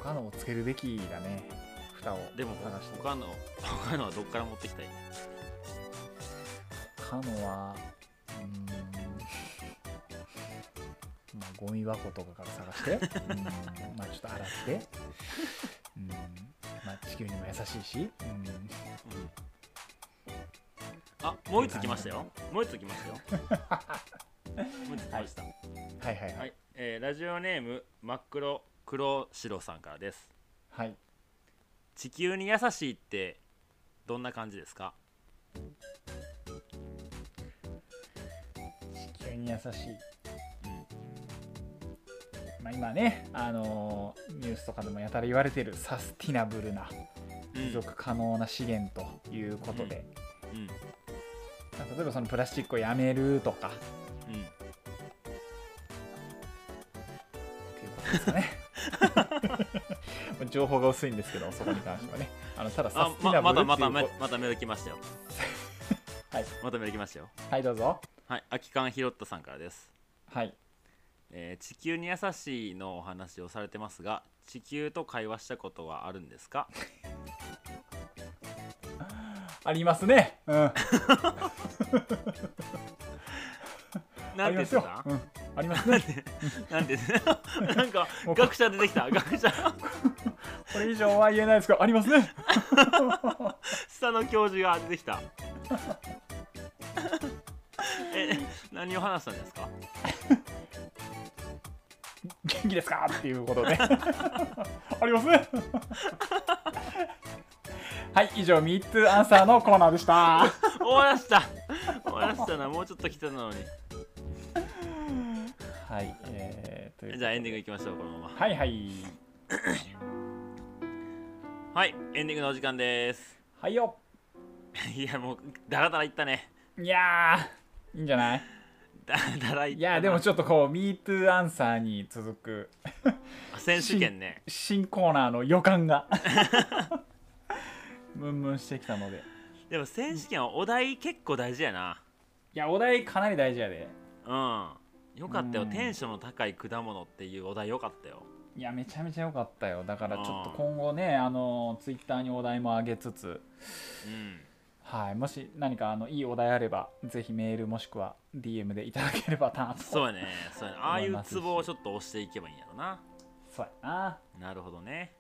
Speaker 1: 他のをつけるべきだね蓋を
Speaker 2: でも
Speaker 1: 話して
Speaker 2: 他の他のはどっから持ってきたい
Speaker 1: 他のはうーんまあゴミ箱とかから探してうーんまあちょっと洗ってうんまあ地球にも優しいしうん
Speaker 2: うんあもう一つ来ましたよもう一つ来ま したよもう一つ来ました、
Speaker 1: はいはいは
Speaker 2: はいいえーラジオネーム真っ黒黒白さんからです
Speaker 1: はい
Speaker 2: 地球に優しいってどんな感じですか
Speaker 1: 地球に優しいまあ今ねあのーニュースとかでもやたら言われてるサスティナブルな
Speaker 2: うん
Speaker 1: 持続可能な資源ということで、
Speaker 2: うん
Speaker 1: まあ例えばそのプラスチックをやめるとか
Speaker 2: うん
Speaker 1: っていうことですかね。 情報が薄いんですけど、そこに関してはね。あのただサ
Speaker 2: あ
Speaker 1: スティ
Speaker 2: ま
Speaker 1: ナブ
Speaker 2: ま
Speaker 1: ル
Speaker 2: た
Speaker 1: ってい
Speaker 2: ま
Speaker 1: うこ
Speaker 2: たままたメール来ましたよ
Speaker 1: はい
Speaker 2: またメール来ましたよ
Speaker 1: はい、どうぞ。
Speaker 2: はい空き缶ひろったさんからです
Speaker 1: はい。
Speaker 2: えー地球に優しいのお話をされてますが地球と会話したことはあるん ですか
Speaker 1: ありますね。うん。あ
Speaker 2: なんて言っ
Speaker 1: ります
Speaker 2: てた
Speaker 1: よ。うん。ありますね。
Speaker 2: なんて言ってなん か学者出てきた学者
Speaker 1: これ以上は言えないですけど、ありますね。
Speaker 2: 下の教授が出てき たえ何を話したんですか
Speaker 1: 元気ですかっていうことで。 あります ね。はい、以上、ミートアンサーのコーナーでした。
Speaker 2: 終わらした終わらしたなもうちょっと来てたのに
Speaker 1: はい。えー、という
Speaker 2: じゃあエンディングいきましょうこのまま
Speaker 1: はいはい。
Speaker 2: はいエンディングのお時間です
Speaker 1: はいよ。
Speaker 2: いやもうダラダラいったね
Speaker 1: いやー、いいんじゃない
Speaker 2: ダラダラいった
Speaker 1: いやでもちょっとこう「MeToo アンサー」に続く
Speaker 2: ょ選手権ね
Speaker 1: 新コーナーの予感がムンムンしてきたので
Speaker 2: でも選手権はお題結構大事やない
Speaker 1: やお題かなり大事やで
Speaker 2: うんよかったよ
Speaker 1: うん
Speaker 2: テンションの高い果物っていうお題よかったよ
Speaker 1: いやめちゃめちゃ良かったよだからちょっと
Speaker 2: あー
Speaker 1: 今後ねあのツイッターにお題も上げつつ
Speaker 2: うん
Speaker 1: はいもし何かあのいいお題あればぜひメールもしくは DM でいただければなと
Speaker 2: そうやねそうやねああいうツボをちょっと押していけばいいんやろな
Speaker 1: そうやな、
Speaker 2: なるほどね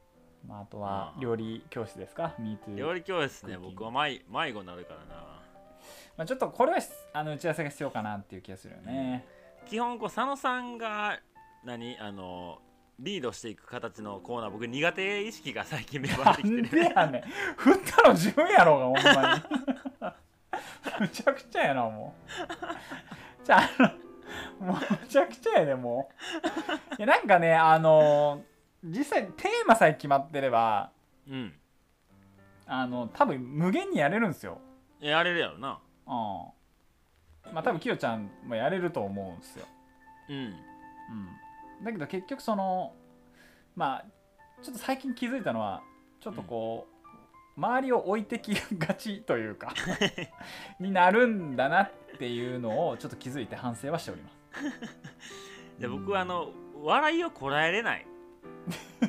Speaker 1: まあ、あとは
Speaker 2: うん
Speaker 1: 料理教室ですか MeToo
Speaker 2: 料理教室ね
Speaker 1: クッキング
Speaker 2: 僕は迷迷子になるからな
Speaker 1: まあ、ちょっとこれはしあの打ち合わせが必要かなっていう気がするよね、
Speaker 2: 基本こう佐野さんが何あのリードしていく形のコーナー僕苦手意識が最近芽生えて
Speaker 1: な
Speaker 2: き
Speaker 1: ん
Speaker 2: て
Speaker 1: で
Speaker 2: る
Speaker 1: やねん振ったの自分やろうがほんまにむちゃくちゃやなもうじゃああのもうむちゃくちゃやでもういやなんかねあの実際テーマさえ決まってれば
Speaker 2: うん
Speaker 1: あの多分無限にやれるんですよ
Speaker 2: やれるやろな
Speaker 1: うんまあ多分きよちゃんもやれると思うんですよ
Speaker 2: うん
Speaker 1: うん、だけど結局そのまあちょっと最近気づいたのはちょっとこう、周りを置いてきがちとい うかになるんだなっていうのをちょっと気づいて反省はしております。
Speaker 2: で僕はあの笑いをこらえれ ない、う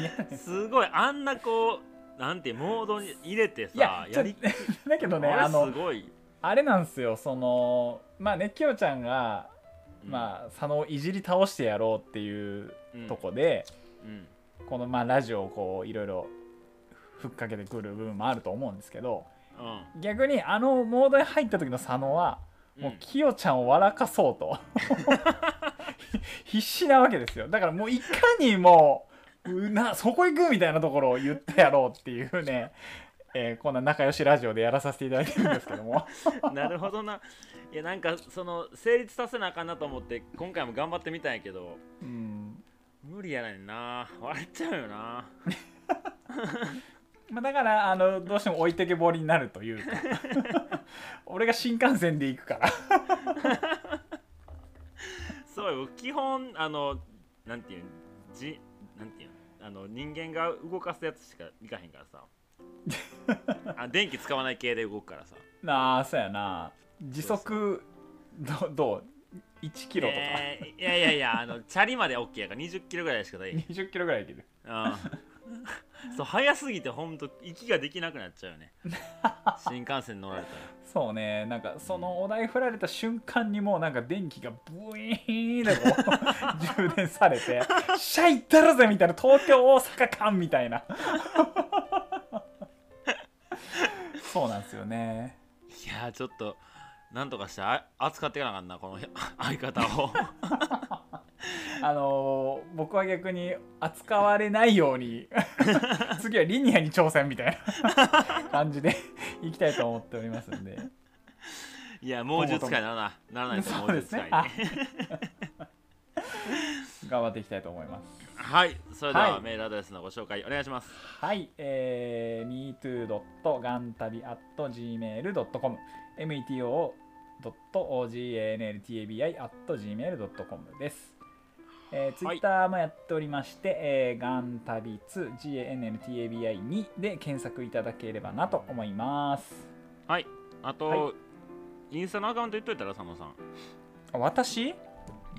Speaker 1: いや
Speaker 2: ん、すごいあんなこうなんてモードに入れて
Speaker 1: い
Speaker 2: さ
Speaker 1: やちょ だけどねあ
Speaker 2: あれ
Speaker 1: の
Speaker 2: すごい、
Speaker 1: あれなんですよそのまあねきよちゃんが、まあ、佐野をいじり倒してやろうってい
Speaker 2: あ、
Speaker 1: う
Speaker 2: うん
Speaker 1: と、こで、
Speaker 2: うん
Speaker 1: このまあラジオをこういろいろふっかけてくる部分もあると思うんですけど
Speaker 2: うん
Speaker 1: 逆にあのモードに入った時の佐野はもううんキヨちゃんを笑かそうと 必死なわけですよだからもういかにもうなそこ行くみたいなところを言ってやろうっていうね、えーこんな仲良しラジオでやらさせていただいてるんですけども
Speaker 2: なるほどないやなんかその成立させなあかんなと思って今回も頑張ってみたんやけど
Speaker 1: うん、
Speaker 2: 無理やねんな笑っちゃうよな
Speaker 1: まあ、だからあのどうしても置いてけぼりになるというか 俺が新幹線で行くから
Speaker 2: そうよ基本あのなんていうんじなんていうんあの人間が動かすやつしかいかへんから さあ電気使わない系で動くからさ
Speaker 1: なあそうやな時速どどう1キロとか、
Speaker 2: えーいやいやいやあのチャリまで OK やから20キロぐらいしかない、うん、
Speaker 1: 20キロぐらいいける
Speaker 2: あーそう早すぎてほんと息ができなくなっちゃう よね新幹線乗られたら
Speaker 1: そうねなんかそのお題振られた瞬間にもうなんか電気がブイーンでこう 充電されてシャイったるぜみたいな東京大阪間みた いなそうなんですよね
Speaker 2: いやーちょっとなんとかしてあ扱っていかなあかんなこの 相方 を
Speaker 1: あのー僕は逆に扱われないよう に次はリニアに挑戦みたいな 感じでいきたいと思っておりますんで
Speaker 2: いや猛術使いならなならないと
Speaker 1: そう
Speaker 2: 猛
Speaker 1: で
Speaker 2: 術
Speaker 1: す
Speaker 2: 使い
Speaker 1: ね
Speaker 2: に、
Speaker 1: あ頑張っていきたいと思います
Speaker 2: はいそれでは、
Speaker 1: はい
Speaker 2: メールアドレスのご紹介お願いします
Speaker 1: はい、えー、metoo.gantabi.gmail.com meto.gantabi.gmail.com です、えー、ツイッターもやっておりまして、えー、ガンタビ2 GANTABI2 で検索いただければなと思います
Speaker 2: はいあと、
Speaker 1: は
Speaker 2: インスタのアカウント言っといたら佐野さん
Speaker 1: あ私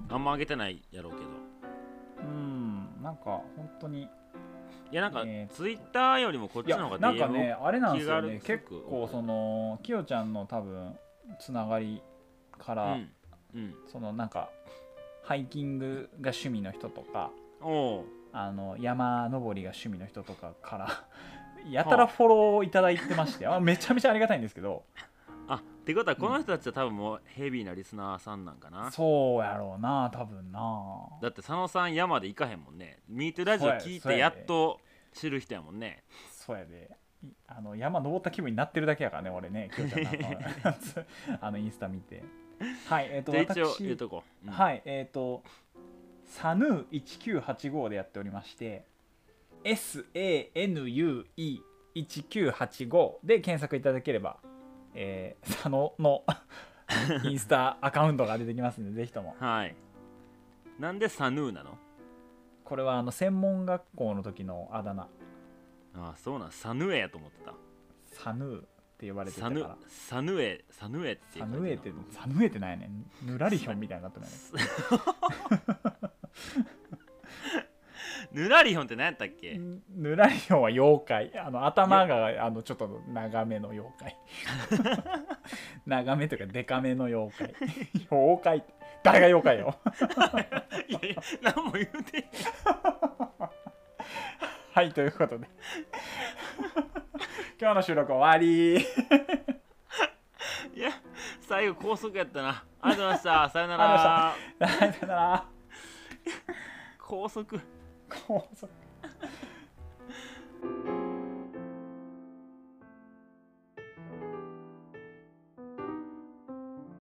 Speaker 2: あんま上げてないやろうけど
Speaker 1: うんなんか本当に
Speaker 2: いやなんか、
Speaker 1: えー
Speaker 2: ツイッターよりもこっ
Speaker 1: い
Speaker 2: ち
Speaker 1: や
Speaker 2: の方が
Speaker 1: なんか
Speaker 2: DM
Speaker 1: ね
Speaker 2: を
Speaker 1: あれなんですよ
Speaker 2: 気
Speaker 1: ね
Speaker 2: 軽
Speaker 1: 結構そのきよちゃんの多分つながりか
Speaker 2: う
Speaker 1: ら、
Speaker 2: ん、うん、
Speaker 1: そのなんかハイキングが趣味の人とか
Speaker 2: おう
Speaker 1: あの山登りが趣味の人とかから やたらフォローをいただいてましてあめちゃめちゃありがたいんですけど
Speaker 2: あってことはこの人たちは多分もうヘビーなリスナーさんなんかな、
Speaker 1: そうやろうな多分な
Speaker 2: だって佐野さん山で行かへんもんね「ミートラジオ」聞いて
Speaker 1: そうやそうや
Speaker 2: やっと知る人やもんね
Speaker 1: そうやでいあの山登った気分になってるだけやからね俺ね今日ちゃんのあのあの インスタ見てはいえっ、と
Speaker 2: じゃあ一応
Speaker 1: 私
Speaker 2: 言うとこう、うん
Speaker 1: はい、えっ、と、サヌー1985でやっておりまして、SANUE1985 で検索いただければ、えー、佐野 のインスタアカウントが出てきますので、ぜひとも。
Speaker 2: はいなんでサヌーなの
Speaker 1: これはあの専門学校の時のあだ名、
Speaker 2: あそうなんサヌエやと思ってた
Speaker 1: サヌーって呼ばれてた
Speaker 2: サ
Speaker 1: か
Speaker 2: ヌ
Speaker 1: ら。
Speaker 2: サヌエサヌエって
Speaker 1: サ
Speaker 2: 言
Speaker 1: ヌエって、サヌエってないねん。ぬらりひょんみたいになってないね。
Speaker 2: ヌラリヒョンって何やったっけ
Speaker 1: ぬらりひょんは妖怪あの頭があのちょっと長めの妖怪 長めというかデカめの妖怪妖怪って誰が妖怪よ
Speaker 2: いやいや何も言うてへん
Speaker 1: はいということで 今日の収録終わり
Speaker 2: いや最後高速やったなありがとうございましたさよな
Speaker 1: あ
Speaker 2: ら
Speaker 1: さよなら
Speaker 2: 高速
Speaker 1: 高速